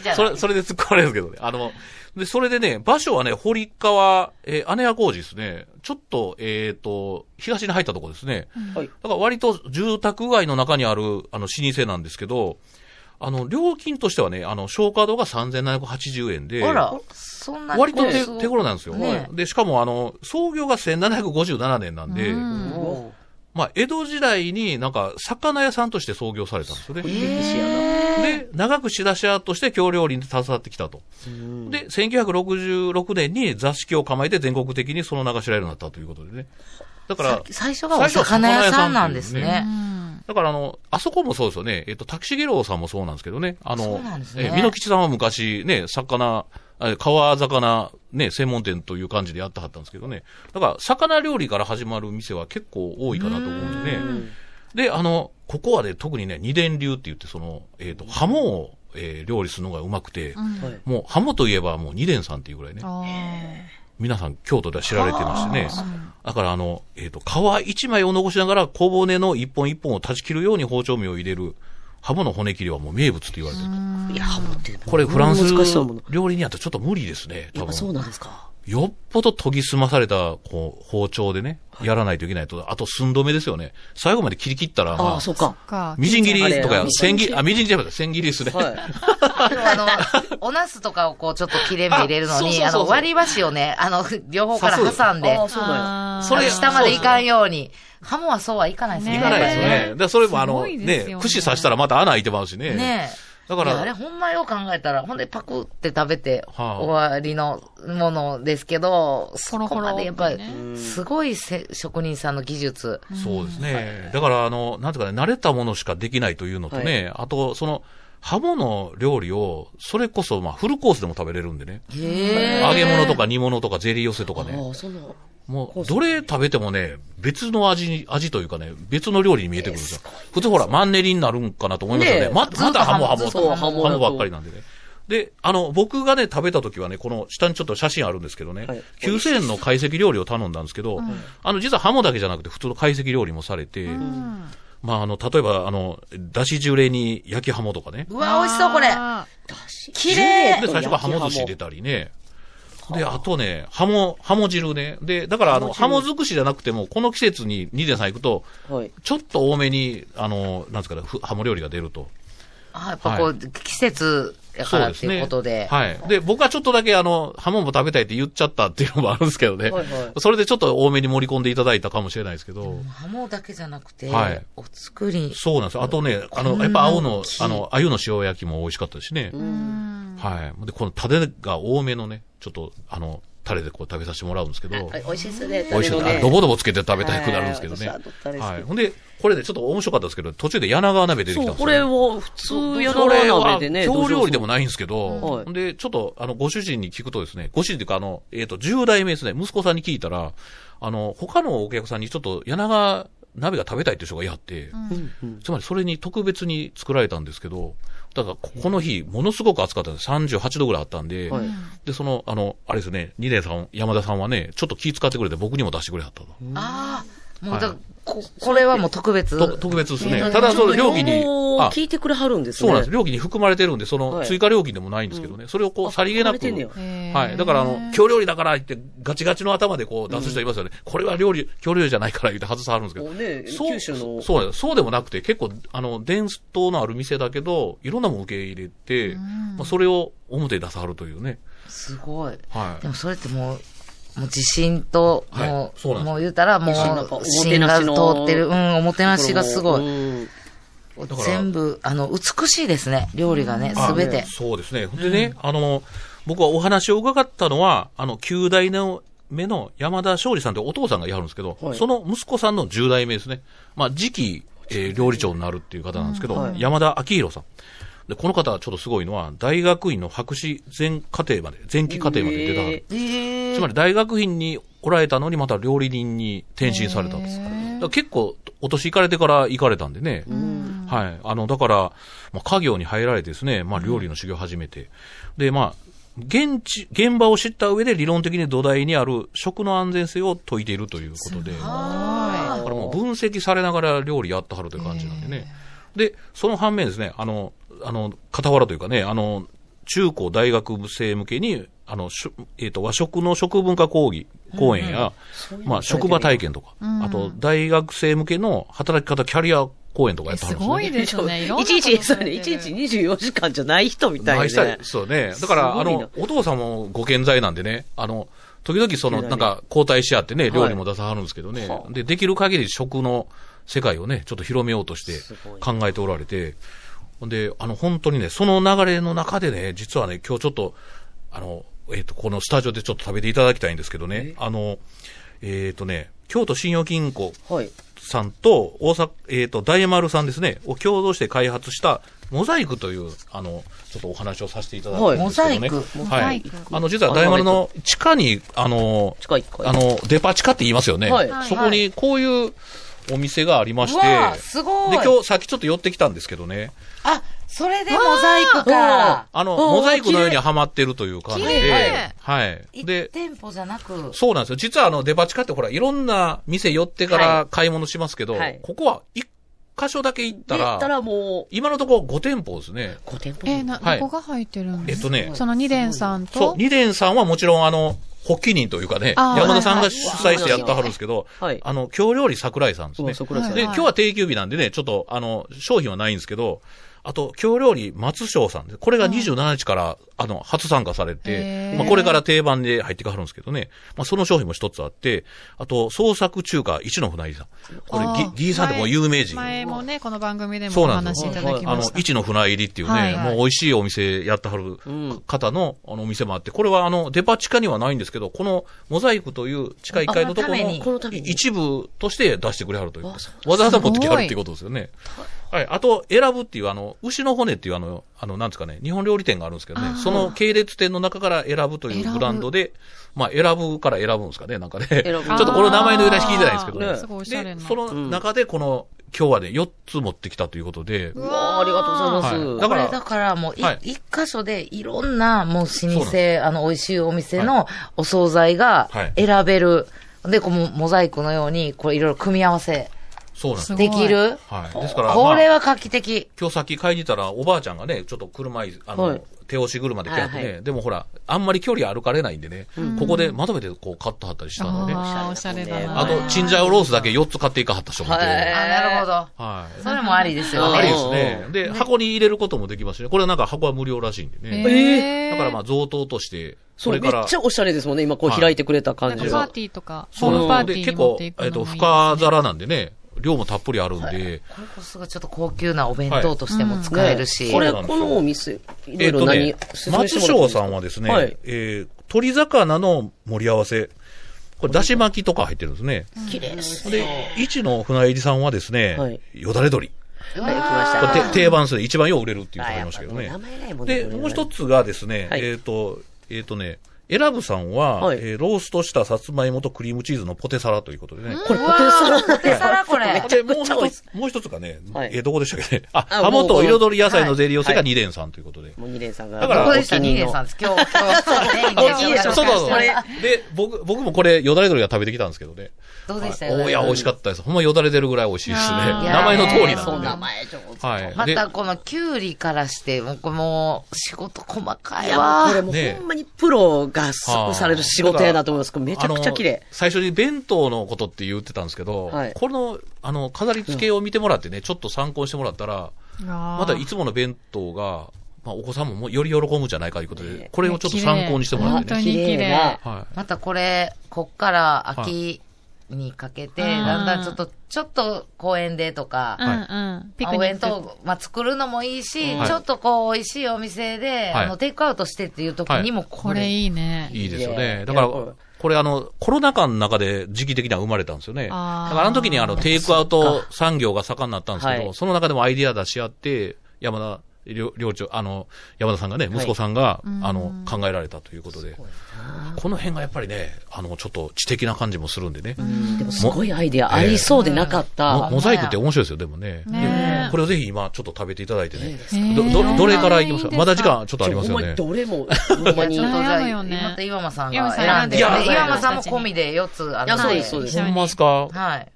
じゃ
そ
ない。
れ、それで突っ込まれるんですけどね。あの、で、それでね、場所はね、堀川、えー、姉屋工事ですね。ちょっと、えっ、と、東に入ったとこですね。
はい
だから割と住宅街の中にある、あの、老舗なんですけど、あの、料金としてはね、あの、消化道が3780円で、
あら、そんなに
割と手
すごい
手頃なんですよ、
ね
で、しかもあの、創業が1757年なんで、
も
まあ、江戸時代になんか、魚屋さんとして創業されたんですよね。
う、歴史やな。
で、長く仕出し屋として京料理に携わってきたと。で、1966年に座敷を構えて全国的にその名が知られるようになったということでね。だから、
最初がお魚屋さんなんです
最初は魚屋
ね。
だからあの、あそこもそうですよね。えっと、滝茂郎さんもそうなんですけどね。あ
そ
の
うなんです、ね
え美濃吉さんは昔ね、魚、え川魚、ね、専門店という感じでやってはったんですけどね。だから、魚料理から始まる店は結構多いかなと思うんでね。で、あの、ここはね、特にね、二伝流って言って、その、えっ、と、ハモを、えー料理するのがうまくて、
はい
もう、ハモといえばもう二伝さんっていうぐらいね、皆さん京都では知られてましてね、だからあの、えっ、と、皮一枚を残しながら、小骨の一本一本を断ち切るように包丁目を入れる、ハモの骨切りはもう名物と言われてる。
いや、ハモって。
これフランス
難しそうだもの。
料理にあとちょっと無理ですね、
や
多
っぱそう
分。
なんですか。
よっぽど研ぎ澄まされた、こう、包丁でね、やらないといけないと、あと寸止めですよね。最後まで切り切ったら、ま
ああ、そうか。
か。
みじん切りと
あ
か
れ、
千切り、あ、みじん切りじゃなくて千切りすね。
はい。
あとあの、 お茄子とかをこうちょっと切れ目入れるの
あそうそ
に、
うそう
あ
そう
の、割り箸をね、あの、 両方から挟んで、
ああ、そうなんや。
そ
あの下までいか
い。
んように。ハモはそうはいかないですね。
いかないですよね。だからそれもあ
す
の、
ごいですよね
ね、串刺したらまた穴開いてますしね。
ねえ。
だ
だ
か
から。あれ
ら、
ほんまよう考えたら、ほんでパクって食べて
はあ
終わりのものですけど、そ
ほろ
こ
ほろ
ま
っ
で
てね
やっぱり、すごいせ職人さんの技術。
そうですね。だから、あの、なんていうかね、慣れたものしかできないというのとね、あと、その、ハモの料理を、それこそ、まあ、フルコースでも食べれるんでね。
へえ。
揚げ物とか煮物とかゼリー寄せとかね。
ああ、そうなんや。
もう、どれ食べてもね、別の味に、味というかね、別の料理に見えてくるんですよ。普通ほら、マンネリになるんかなと思いますよね。
ねえ
ま、
ず
ま
っと
たハモハ
ハモ
モ
ずっとハモ
ハモばっかりなんでね。で、あの、僕がね、食べた時はね、この、下にちょっと写真あるんですけどね、
はい
9000円の懐石料理を頼んだんですけど、あの、実はハモだけじゃなくて、普通の懐石料理もされて、まあ、あの、例えば、あの、だしジュレに焼きハモとかね、
うわ、美味しそう、これ。
綺
で、最初からハモ寿司出たりね。で、あとね、ハモ、ハモ汁ね。で、だから、あの、ハモ尽くしじゃなくても、この季節に二点さん行くと、
はい。
ちょっと多めに、あの、なんですかね、ふハモ料理が出ると。
あやっぱこ
は
う、季節やか
そう
ら
で
っ
す
ていう
ね。
ことで。
はい。で、僕はちょっとだけ、あの、ハモも食べたいって言っちゃったっていうのもあるんですけどね。
はいは
それでちょっと多めに盛り込んでいただいたかもしれないですけど。
ハモだけじゃなくて、
はい
お作り。
そうなんですよ。あとね、あの、やっぱ青の、あの、鮎の塩焼きも美味しかったしね。はい。で、このタレが多めのね、ちょっと、あの、タレでこう食べさせてもらうんですけど、
美味しいですね。
美味しい。
タレの
あ
ね
ドボドボつけて食べたくなるんですけどね。
はい私はタレ好き
はい。ほんで、これね、ちょっと面白かったですけど、途中で柳川鍋出て
そ
きた、
うん
です
こ
よ、
れ
ね。
を普通や
これ
ら
は
鍋でね。
京料理で
も。
もないんですけ
は
ど
い、
ほんで、ちょっと、あの、ご主人に聞くとですね、ご主人っていうか、あの、えっ、と、10代目ですね、息子さんに聞いたら、あの、他のお客さんにちょっと柳川鍋が食べたいっていう人がいはって、つまりそれに特別に作られたんですけど、だからここの日、ものすごく暑かったんです。38度ぐらいあったんで、
はい
で、その、あの、あれですね、二年さん、山田さんはね、ちょっと気使ってくれて僕にも出してくれはったと。
ああ、もうだ、
はい
こ、これはもう特別。
と特別ですね。ただ、その料金に、あ
聞いてくれはるんです
そう
ね。
なんです。料金に含まれてるんで、その
はい
追加料金でもないんですけどね、それをこう、さりげなく。
含まれて
はい。だから、あの、京料理だから言って、ガチガチの頭でこう、出す人いますよね。これは料理、京料理じゃないから言って外さはるんですけど。
もうね
そう
九州の
そうなんですそうでもなくて、結構、あの、伝統のある店だけど、いろんなもん受け入れて、まあ、それを表に出さはるというね。
すごい。
はい
で。もそれってもう、もう自信と、
はい
もう、
そうなんです
もう言うたらも
自信なんかお
う、
もて
芯
な
が
し
通
の
ってる。うん、おもてなしがすごい。
い。
から
全部、あの、美しいですね。料理がね、
あ
すべて。
そうですね。ほんでね、あの、僕はお話を伺ったのは、あの、9代目の山田勝利さんというお父さんがいはるんですけど、
はい
その息子さんの10代目ですね。まあ、次期、えー料理長になるっていう方なんですけど、山田昭弘さん。で、この方はちょっとすごいのは、大学院の博士全課程まで、前期課程まで出たはる。つまり大学院におられたのに、また料理人に転身されたんです。だから結構、お年行かれてから行かれたんでね。はい。あの、だから、まあ、家業に入られてですね、まあ、料理の修行を始めて。で、まあ、現地、現場を知った上で理論的に土台にある食の安全性を解いているということで。だからもう分析されながら料理やってはるという感じなんでね。で、その反面ですね、あの、あの、傍らというかね、あの、中高大学部生向けに、あの、しょえっ、と、和食の食文化講義、講演や、まあ、職場体験とか、あと、大学生向けの働き方キャリア講演とかやっては
す
るんですよ、ね。
ごいですね。いろんなこと
一日、そうね、
やっ
一
てる
日24時間じゃない人みたい
毎
な
回
ね。
そうね。だから、あ
すごいな
の、お父さんもご健在なんでね、あの、時々その、なんか、交代し合ってね、料理も出さはるんですけどね、で、できる限り食の世界をね、ちょっと広めようとして考えておられて、ほんで、あの、本当にね、その流れの中でね、実はね、今日ちょっと、あの、えっ、と、このスタジオでちょっと食べていただきたいんですけどね、あの、えっ、とね、京都信用金庫
はい。
さんと、大阪、えっ、と、大丸さんですね、を共同して開発した、モザイクという、あの、ちょっとお話をさせていただくんですけど
は
ね。
いモ
は
ザイ
い
ク。
あの、実は大丸の地下に、あの、
近い、近い。
あの、デパ地下って言いますよね。
はい
そこに、こういう、お店がありま
う
して、
わあすごい
で、今日、さっきちょっと寄ってきたんですけどね、
あ、それでモザイクか。
あの、
おー
モザイクのようにはまってるという感じ
綺
で
麗、
はい。
一
で、
店舗じゃなく。
そうなんですよ。実はあの、デパ地下ってほら、いろんな店寄ってか
は
ら買い物しますけど、
はい
ここは一箇所だけ行った
で、た
ら、
らも
今のところ5店舗ですね。
う、5店舗。
えー、な、
はい
どこが入ってるん
え
で
っ
す
と
か、
ね、
その二連さん
そう
と、、
二連さんはもちろんあの、発起人というかね、
あー
山田さん
はいは
が
い
主催してやったはるんですけど、
はい。
あの、京料理桜井さんです
そう
ね。
桜井さん。
で、
はい
今日は定休日なんでね、ちょっと、あの、商品はないんですけど、あと、京料理松章さんで、これが27日から、あの、初参加され
へ
て
ー、
まあ、これから定番で入ってかはるんですけどね、まあ、その商品も一つあって、あと、創作中華一の船井さん。これ
あ、ー
ぎギーさんでも有名人。
前もね、この番組でも
そう
お
なんで
話
す
し
よ
いただき
あ
ま
の
し、た。
一の船入りっていうね、
はいはい
もう美味しいお店やってはる
うん
方の、あの、お店もあって、これはあの、デパ地下にはないんですけど、このモザイクという地下1階のところ
あこのために
このた
の
めに
一部として出してくれはるというか
あそ、
わざわざ持ってきはるっていうことですよね。はい。あと、選ぶっていう、あの、牛の骨っていう、あの、あの、なんですかね、日本料理店があるんですけどね、その系列店の中から選ぶというブランドで、まあ、選ぶから選ぶんですかね、なんかね。 ち
ぶ
ょっとこの名前の由来聞いてないんですけど
あー
ね。
すごいおしゃれな
で、その中で、この、今日はね、4つ持ってきたということで、
う
わあありがとうございます。
は
だか、
いだからら
だからもうい、
はい
一箇所でいろんな、もう
う
老
なん
舗、あの、美味しいお店のお惣菜が
はい
選べる。で、こう、モザイクのように、これいろいろ組み合わせ
そうなんです
す
よ。
ごい
できる。
はい。ですから、
これ
まあ
は画期的。
今日さっき帰りたら、おばあちゃんがね、ちょっと車い、あの、
はい
手押し車で来はってね、
はいは
でもほら、あんまり距離歩かれないんでね、ここでまとめてこう買ってはったりしたんでね。
あーおしゃれだな。
あと、チンジャオロースだけ4つ買っていかはった人もいて。
はい
あ、なるほど。
はい。
それもありですよ
あ
ね。
ありですね。で、箱に入れることもできますしね。これはなんか箱は無料らしいんでね。
えー
だからまあ、贈答として、
そ、
そうれ
めっ
から。
ちゃおしゃれですもんね、今こう開いてくれた
な
感
ん
じ
か
はい
パ
が
ー。ティーとか、
そう
ホームパ
な
ー
ん
テ
で
ィー
結
に持
構
ってい、く
えっ
の
と、
もいい
深皿なんでね、量もたっぷりあるんで、
これこそがちょっと高級なお弁当としても使
ね
えるし。
こ
は
れ、
い
このお店、いろ
え
い
っ
ろ
と
何、
ね、
説明して
松
もらっていい
章
ですか
さんはですね、
はい
えー鶏魚の盛り合わせ、これ、だし巻きとか入ってるんですね。
綺麗です。
で、一の船入りさんはですね、
はい
よだれ鶏。
うわ
はい、来
ー
ました。
これて定番ですね、一番よう売れるっていう
あ
とこ
や
り
っ
まし
ぱ
た
で
けど
も
ね
名。前ないもんね。
で、
これ
もう一。つがですね、
はい
えっ、と、えっ、とね、選ぶさんは、
はい
えーローストしたさつまいもとクリームチーズのポテサラということでね。
これ、
う
ポ
わ
テサラ
ーポテサラこれ。
で、もう
ちゃ美味
一
し
つ、もう一つがね、
はい
えーどこでしたっけね。あ、
あ
ハモと
もう
彩り野菜のゼリー寄せ
は
が
い
二連さんということで。
もう二連さんが。
だから
どこでした
お気に
ニ
入り
ーレ
の
さんです。今日、 今日そうね、ニーレさん
いいでしょ
そうそうそう
これ
で、僕、僕もこれ、よだれ鶏が食べてきたんですけどね。
どうでした
おいや、美味しかったです。ほんまよだれ出るぐらい美味しいですね。
いや
名前の通り
そう名
なんで。
前上
はい
手。ま
で
たこのキュウリからして、僕もう仕事細か
い
い
や、もう
わ
こ。れもう
ね
ほんまにプロがされる仕事やなと思います。これめちゃくちゃ綺麗
あの。最初に弁当のことって言ってたんですけど、
はい
この、あの、飾り付けを見てもらってね、ちょっと参考にしてもらったら、ま
ま
たいつもの弁当が、まあ、お子さんももうより喜ぶんじゃないかということで、これをちょっと
ね
参考にしてもらって
綺
ね。
麗
な。
は
またこれ、こっから秋にかけて、
はい
だんだんちょっと、ちょっと公園でとか、
うんうん。ピクニ
お弁
ック。
当、まあ、作るのもいいし、
はい
ちょっとこう、美味しいお店で、
はい
あの、テイクアウトしてっていう時にもこ
こ
れ、
れいいね
い。。いいですよ
いや
ね。だから、
いやこれ
これあの、コロナ禍の中で時期的には生まれたんですよね。だ
あー
からあの時にあの、テイクアウト産業が盛んになったんですけど、
はい
その中でもアイディア出し合って、山田、寮寮長、あの、山田さんがね、
い
息子さんが、あの、考えられたということで、この辺がやっぱりね、あの、ちょっと知的な感じもするんでね。
でもすごいアイデアありそうでなかっ
モ
た。
モザイクって面白いですよ、でもね。
ねえ
これをぜひ今、ちょっと食べていただいてね。
ね
ど、ど、どれからいきま
い
す
いん
か
です
まだ時間ちょっとありま
ほ
す
ん
よ
ま
ね
に。どれ も、ほんま
ち
に
ょ。っとじゃ
悩む
あ、
よね
また岩間さん
岩
が
間さん
選んで、で
選んでいや
岩間さんも込みで4つあ
い
る
や、
の
そう
で
です、そうです。
ほんまですか
はい。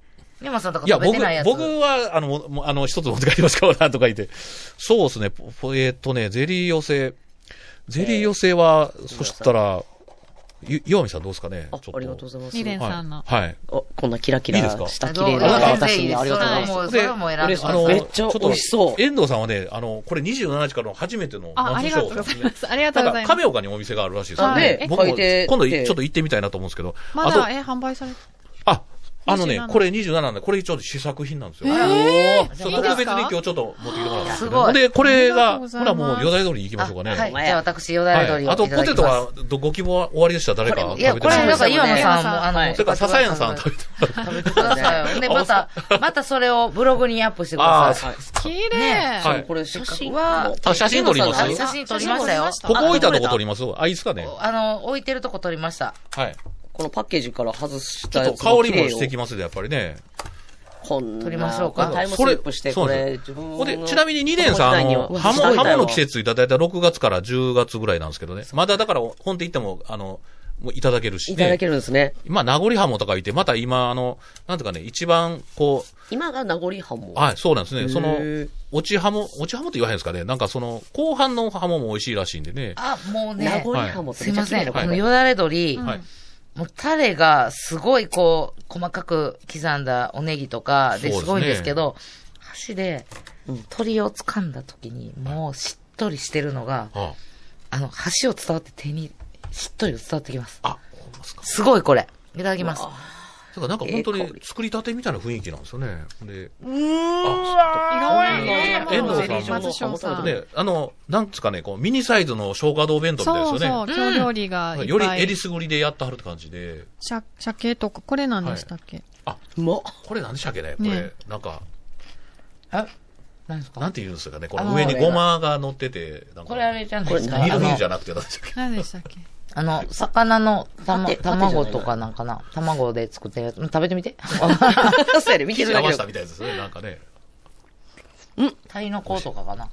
山さんとか
いや、
食べ
僕、
てないやつ。
僕は、あの、ももあの、一つ持って帰りますから、とか言って。そうですね、ぽぽえーっとね、ゼリー寄せ。ゼリー寄せは、そしたら、ゆ岩見さんどうですかね
あありがとうございます。
二連さんの。
はい。はい。
おこんなキラキラ
いいですか
した綺
どう
麗な私
全然いい
に
です
ありがとうございます。
それはもう、それはもう選んでください
あの
めっちゃ
ょっと
美味しそう
遠藤さんはね、あの、これ27日からの初めての
あ、ありがとうござい ます。ありがとうござ
ないんか、
ます。
亀岡にお店があるらしいです
あね
ね。僕
書い
も、
て
今度いちょっと行ってみたいなと思うんですけど。
ま
あと
だ、、え、販売されて
あ、あのね
27、
これ27なんで、これ一応試作品なんですよ。
え
ちょっ
いい
と
んです
特
か
別に今日ちょっと持ってきてもらうんですけ
あすご
ど、
い
で、これ
ありがとう
が、
ござい
ほ
ます
らもう、よだれ通りに行きましょうかね。
はい。じゃあ私、よだれ
はい
鶏を
あと、
いただ
ポ
きます。
テトは、どご希望は終わりでした誰か食べ
い
て
や、
ま
これ、
す
なんか岩間さん
そう
も、あの、
それから、笹谷さん
食
食べてもらって
べてくださ い。で、また、またそれをブログにアップしてください。
綺
ね
麗。
はい
これ写真
は
も
あ写真撮ります
あ
写真撮りましたよ。
ここ置いたとこ取りますあ、いいっすかね
あの、置いてるとこ撮りました。
はい。
このパッケージから外し
ちょ
た
っ
や
と
つ
香りもしてきますで、やっぱりね。
こんな
撮りましょうか
タイムスリップして、
そ
これ、
れ
自分の
ほんで、ちなみに2年さん、あの、
うわ
ハモ、
すごい
ハ
な
モの季節いただいた6月から10月ぐらいなんですけどね。まだだから、本店行っても、あの、もういただけるし、ね。
いただけるんですね。
今、名残ハモとかいて、また今、あの、なんとかね、一番、こ
今が名残ハモ。
う、はい、そうなんですね。そ
へ
の
ー、
落ちハモ、落ちハモって言わへんですかね。なんかその、後半のハモも美味しいらしいんでね。
あ、もう
名
ね、
残ハモってめ
すい
っちゃ
ま
綺麗
せ。
なんこ
ことのよだれ鶏、
はい。
もうタレがすごいこう、細かく刻んだおネギとか
そうで
です
ね
すごいんですけど、箸で鳥を掴んだ時にもうしっとりしてるのが、
あ
あの、箸を伝わって手にしっとりが伝わってきます。
あ、あ、ほんまですか。
すごいこれ。いただきます。
だからなんか本当に作りたてみたいな雰囲気なんですよね。で、
いろいろ
遠藤さんの
松翔さん。
ね、あの、なんつうかね、こう、ミニサイズの生姜堂弁当みたい
そう
です
そ
よ
う、
ね。
京料理がい
よ
っ
り
ぱ
えり
い。
すぐりでやってはるって感じで。
しゃ鮭とか、これ何でしたっけ
うまっ
これなんでしたっけねこれ、
ね
なんか、
え何です
な
か
んて言うんですかねこの
あ
上に
あれだ
ごまが乗ってて、なんか、
これあれじゃないですか。
ミルフィーユじ
あ
ゃなくて何でしたっけ
何でしたっけ
の、あの魚のた、ま、
縦縦じゃない
卵とかなんかな。卵で作ったやつ。うん食べてみて。
そう やね、見てるだけ
生地合わ
で
せたみたいですね。なんかね。
タイの子とかかな。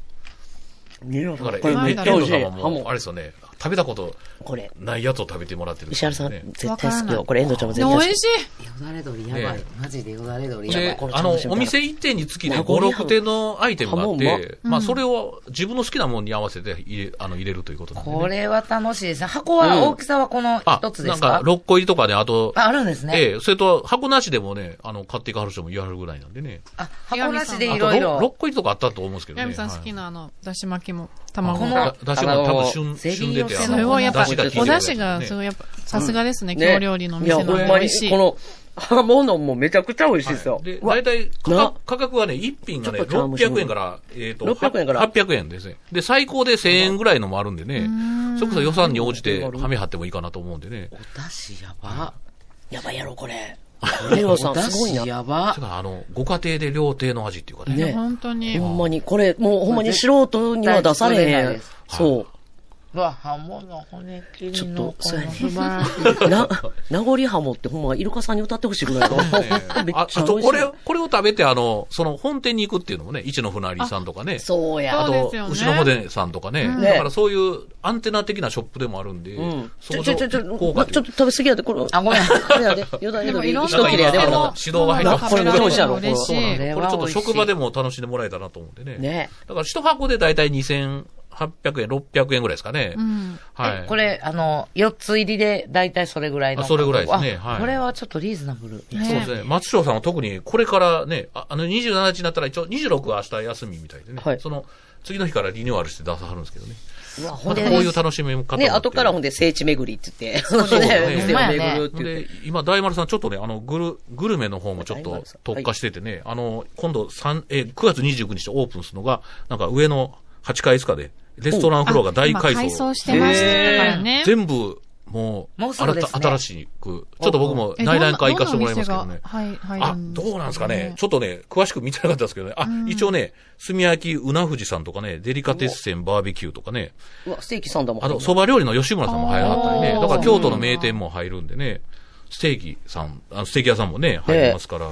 だから、
これ
え
め
え
っちゃ
遠
美
藤
味し
さん
い。
は
ハ
もう、
モ
あ。れですよね、食べたこと
これ。
ないやつを食べてもらってる、
石原さん、絶対
わから
好
な
き
い
よ。これ、遠藤ちゃんも
で
絶
も
対好
美
き。
味しい
よだれ鶏やばい
ね。
マジでよだれ鶏や
で
ばい。、
あの、お店1点につきね、5、6点のアイテムがあっ
ハモ
て、まあ、それを自分の好きなものに合わせて入れ、あの、入れるということなんで、ね。
これは楽しいですね。箱は大きさはこの
あ
一つ、で
なん
すか
か、6個入りとかね、あと、
ああるんですね。
ええ、それと、箱なしでもね、あの、買っていかはる人も言われるぐらいなんでね。
あ、箱なしで
あ
い
と
ろい
6
ろ。
個入りとかあったと思うんですけどね。
ヤミさん好
はい
きなあの、だし巻きも、
あ
卵
こ
も。
の
だだしも多分旬、
ゼリー
旬出て、
寄
あ
せ
す
の
の、
ごい、やっぱ、
出汁が効いて
お
るや
出
つ
汁が、
ね
すごい、やっぱ、さすがですね、
ね
京料理の
いや、
店
ほ
の
ん
美
まに
味し、い
こ。の、ハモのもめちゃくちゃ美味しいですよ。
で、
うわ
大体価
な
格、価格はね、一品がね、
ちょっと茶碗蒸し
600円から、えっ、と、
600円から
800円ですね。で、最高で1000円ぐらいのもあるんでね、それこそ予算に応じて、はめ張ってもいいかなと思うんでね。
お出汁やば。
やばいやろ、こ れ。レオさん、すごいな。
やば
だ。から、あの、ご家庭で料亭の味っていうかね。
ね
本当に。
ほんまに、これ、もうほんまに素人には出されへん。そう
わ、ハモの骨切りのこ
ちょっとそうや
の
ね。
素晴らしいう
な、名残ハモってほんま、イルカさんに歌ってほしいぐらいの。
ね
めっ
ああ
ちゃ
と、
美味
こ
しい
れ。を、これを食べて、あの、その本店に行くっていうのもね、一の船りさんとかね。
そうや。
あ
そうで
と
すよ、ね
牛の骨さんとかね。
ん
だからそういうアンテナ的なショップでもあるんで、
うん。
そ
ち
こ
ょ、ち
で
ょ、ちょ、ちょ、
効果
ち
と
ょ
い
っ
う
と食べ過ぎやで、これ。
あ、ごめん。
これやで、よだれ
でも
の
いろんな
一切れやで、
こ
こ
れ
れ
は
は。
指導が入ってます
これめっちゃ美味しいやろ
嬉しい。
これ
これちょっと職場で
も。
も楽しんでもらえたらなと思うんでね。
ね
だから一箱でだいたい2800円、600円ぐらいですかね。
うん。
はい。
これ、あの、4つ入りで、だいたいそれぐらいの。
あそれぐらいですね
あ
はい
これはちょっとリーズナブル。
そうですね。松翔さんは特にこれからね、ああの27日になったら一応26は明日休みみたいでね。
はい
その次の日からリニューアルして出さはるんですけどね。
うわ、ほ
ま
ん
た
で
こういう楽しみ方も。
ね、後からほん
で。
で聖地巡りって言って、そう
そう
ね、店を
ほんまやね
巡るって言って
で、今、大丸さん、ちょっとね、あの、グル、グルメの方もちょっ
大
と
丸さん
特化しててね、あの、今度三えー、9月29日オープンするのが、なんか上の8階以下で、レストランフロアが大改
今
装。
改装してましたからね。
全部、もう、
もうすぐですね
新た新しく、ちょっと僕も内覧会行かせてもらいますけどね。
はい、はい。
あ、どうなんですかね。ちょっとね、詳しく見てなかったですけどね。あ、一応ね、炭焼きうな富士さんとかね、デリカテッセンバーベキューとかね、
うわ、ステーキさんだもん。
あと、蕎麦料理の吉村さんも入らはったり
あ
ね、
ー
だから京都の名店も入るんでね、ステーキさん、あのステーキ屋さんもね、入りますから、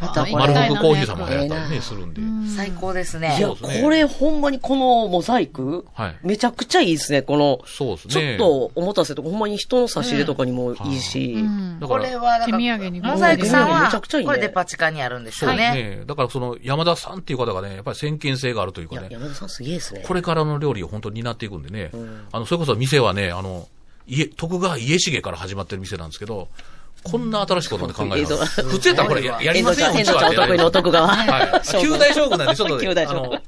ま
たこれ
丸
だよ
福
ね
コーヒーさんも入らはったり
ええ
ね、
な
するんで。
最高です
いや、。
ね
そうですね
これほんまにこのモザイク、
はい
めちゃくちゃいいですね、この、
そうです
ちょっ
ね。
とおもたせとか、ほんまに人の差し入れとかにもいいし、
だ
こ
か
れ
ら、
は、だ
手
か
土
ら、
産に
モザイクさん
めちゃ
は
くちゃいい、ね
これデパ地下にあるんです
そう
よ
です
ね。
ね。だからその山田さんっていう方がね、やっぱり先見性があるという
い
か
や
ね、
山田さんすげえですね。
これからの料理を本当に担っていくんでね、あの、それこそ店はね、あの、家、徳川家重から始まってる店なんですけど、こんな新しいことまで考えてます。普通やったらこれややり
遠
ま
藤
せ
ち
ん
ゃん、
よ、
遠藤
うち
ちゃんお
は
得意のお得が。
はい。旧大将軍なんで、ちょっとね、
旧大
あ
将軍
の、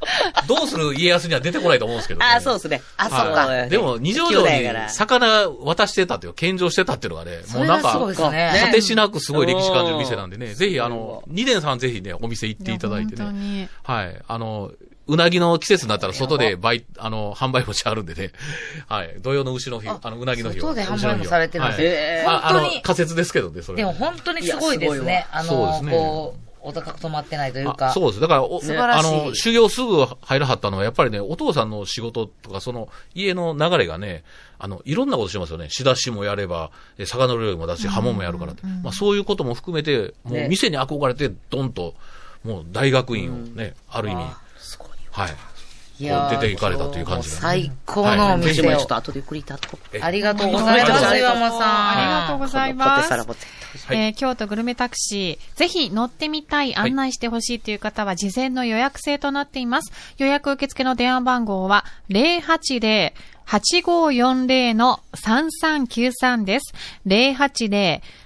どうする家康には出てこないと思うんですけど、
ああ、そうですね。あ、そう
は
か。
いでも、二条
旧
城
大
に
やから
魚渡してたっていう、献上してたっていうのがね、
そ
もう
れ
なん
が
か
す、ごいですね。
果てしなくすごい歴史感じる店なんでね、ぜひ、あの、二年さんぜひね、お店行っていただいて
本当
ね。
に。
はい。あの、うなぎの季節になったら外で売、あの、販売もしあるんでね。 はい。土曜の牛の日、あの、うなぎの日
外
を
で販売もされてるんです
はい
へー
ああ
本当
の
に、
仮説ですけどね、それ
で
は
も本当にすごいです
いや
ね。あ
ごいわ
の、
そうですね
こう、お高く止まってないという
あ
か。
そうです。だから、お
素晴らしい
あの、修行すぐ入らはったのは、やっぱりね、お父さんの仕事とか、その家の流れがね、あの、いろんなことしますよね。仕出しもやれば、え魚料理もだし、刃物もやるからって。まあ、そういうことも含めて、も
ね
う店に憧れて、どんと、もう大学院をね、ある意味、
あ
すごい。
はい。
いやー
こう出て行かれたという感じだね
もう最高のお
はい
店
ち
を
ょっ。と後でゆっくりいただこう。
え
ありがとうございます、岩間
あり
さん。
がとうございます
ポテサラも絶
はい
えー京都グルメタクシー、ぜひ乗ってみたい、案内してほしいという方は事前の予約制となっています。予約受付の電話番号は080-8540-3393です。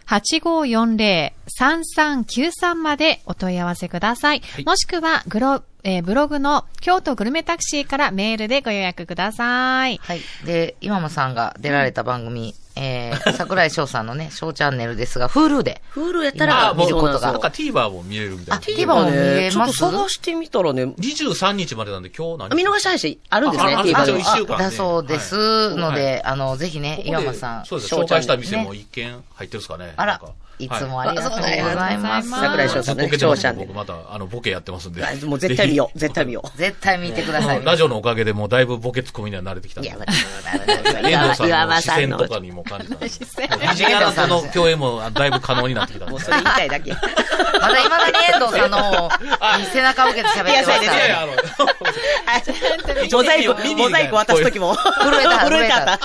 080-8540-3393までお問い合わせください。
い
もしくはグロ、えーブログの京都グルメタクシーからメールでご予約ください。
はい。で、岩間さんが出られた番組、え ー、桜井翔さんのね、翔チャンネルですが、Hulu で。
フールやった
あ
ら
あ、も
見
う、
ること
な
が
ん。か TVer も見れるみたいな。
あ TVer も見れ
ちょ
ま
っ
す
と探してみたらね、
23日までなんで、今日何
あ見逃し配信あるんですね、
ああ
TVer で
あそう
も
一週間ね
だそうです。の
は
で、あの、ぜひね
こ、こ
岩
で
間さん。
そうです
翔ちゃ
紹
ん
介した店も
ね
一軒入ってるんですかね。
あら
なんか、
いつも
は
ありがとうございます。
あありがとうございます
桜
桜
井
井
翔
翔
さ
さ
ん
ん。
ずっと
視聴者ね
ボケてます僕また、あの、ボケやってますんで
あ。もう絶対見よう、
ぜ
絶対見よう。
絶対見てくだ
ひ
さ
う
い。
んラジオのおかげで もうだいぶボケツッコミには慣れてきたん
い
で。
や、また
遠藤さん
岩間
の視
さん
線
の。
とかにも感じたん で。藤
の
井アナとの共演もだいぶ可能になってきたんで。
もうそれ言いたいだけ。
まだ今だに遠藤さんの方に背中を受けて喋ってま
そう
し
で
い
す
た
や
ね
いや、あの、
モ ザイク、モザイク渡す時も。
震えた
震えた。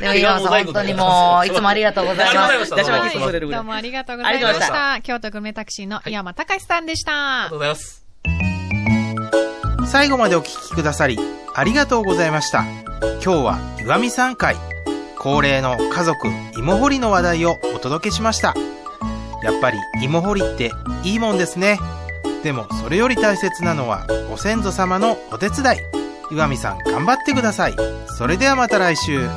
でも岩間さん、本当にもう、いつもありがとうございま
あ
す
り。がとうございま
出し巻き
した
それるぐ
ど
ら
う
い
も。ありがとうござ
あ
いま
りがとうご
し
ざい
た。京都グルメタクシーの岩間隆さんでした。
ありがとうございます。
最後までお聞きくださりありがとうございました今日は岩見さん会恒例の家族芋掘りの話題をお届けしましたやっぱり芋掘りっていいもんですねでもそれより大切なのはご先祖様のお手伝い岩見さん頑張ってくださいそれではまた来週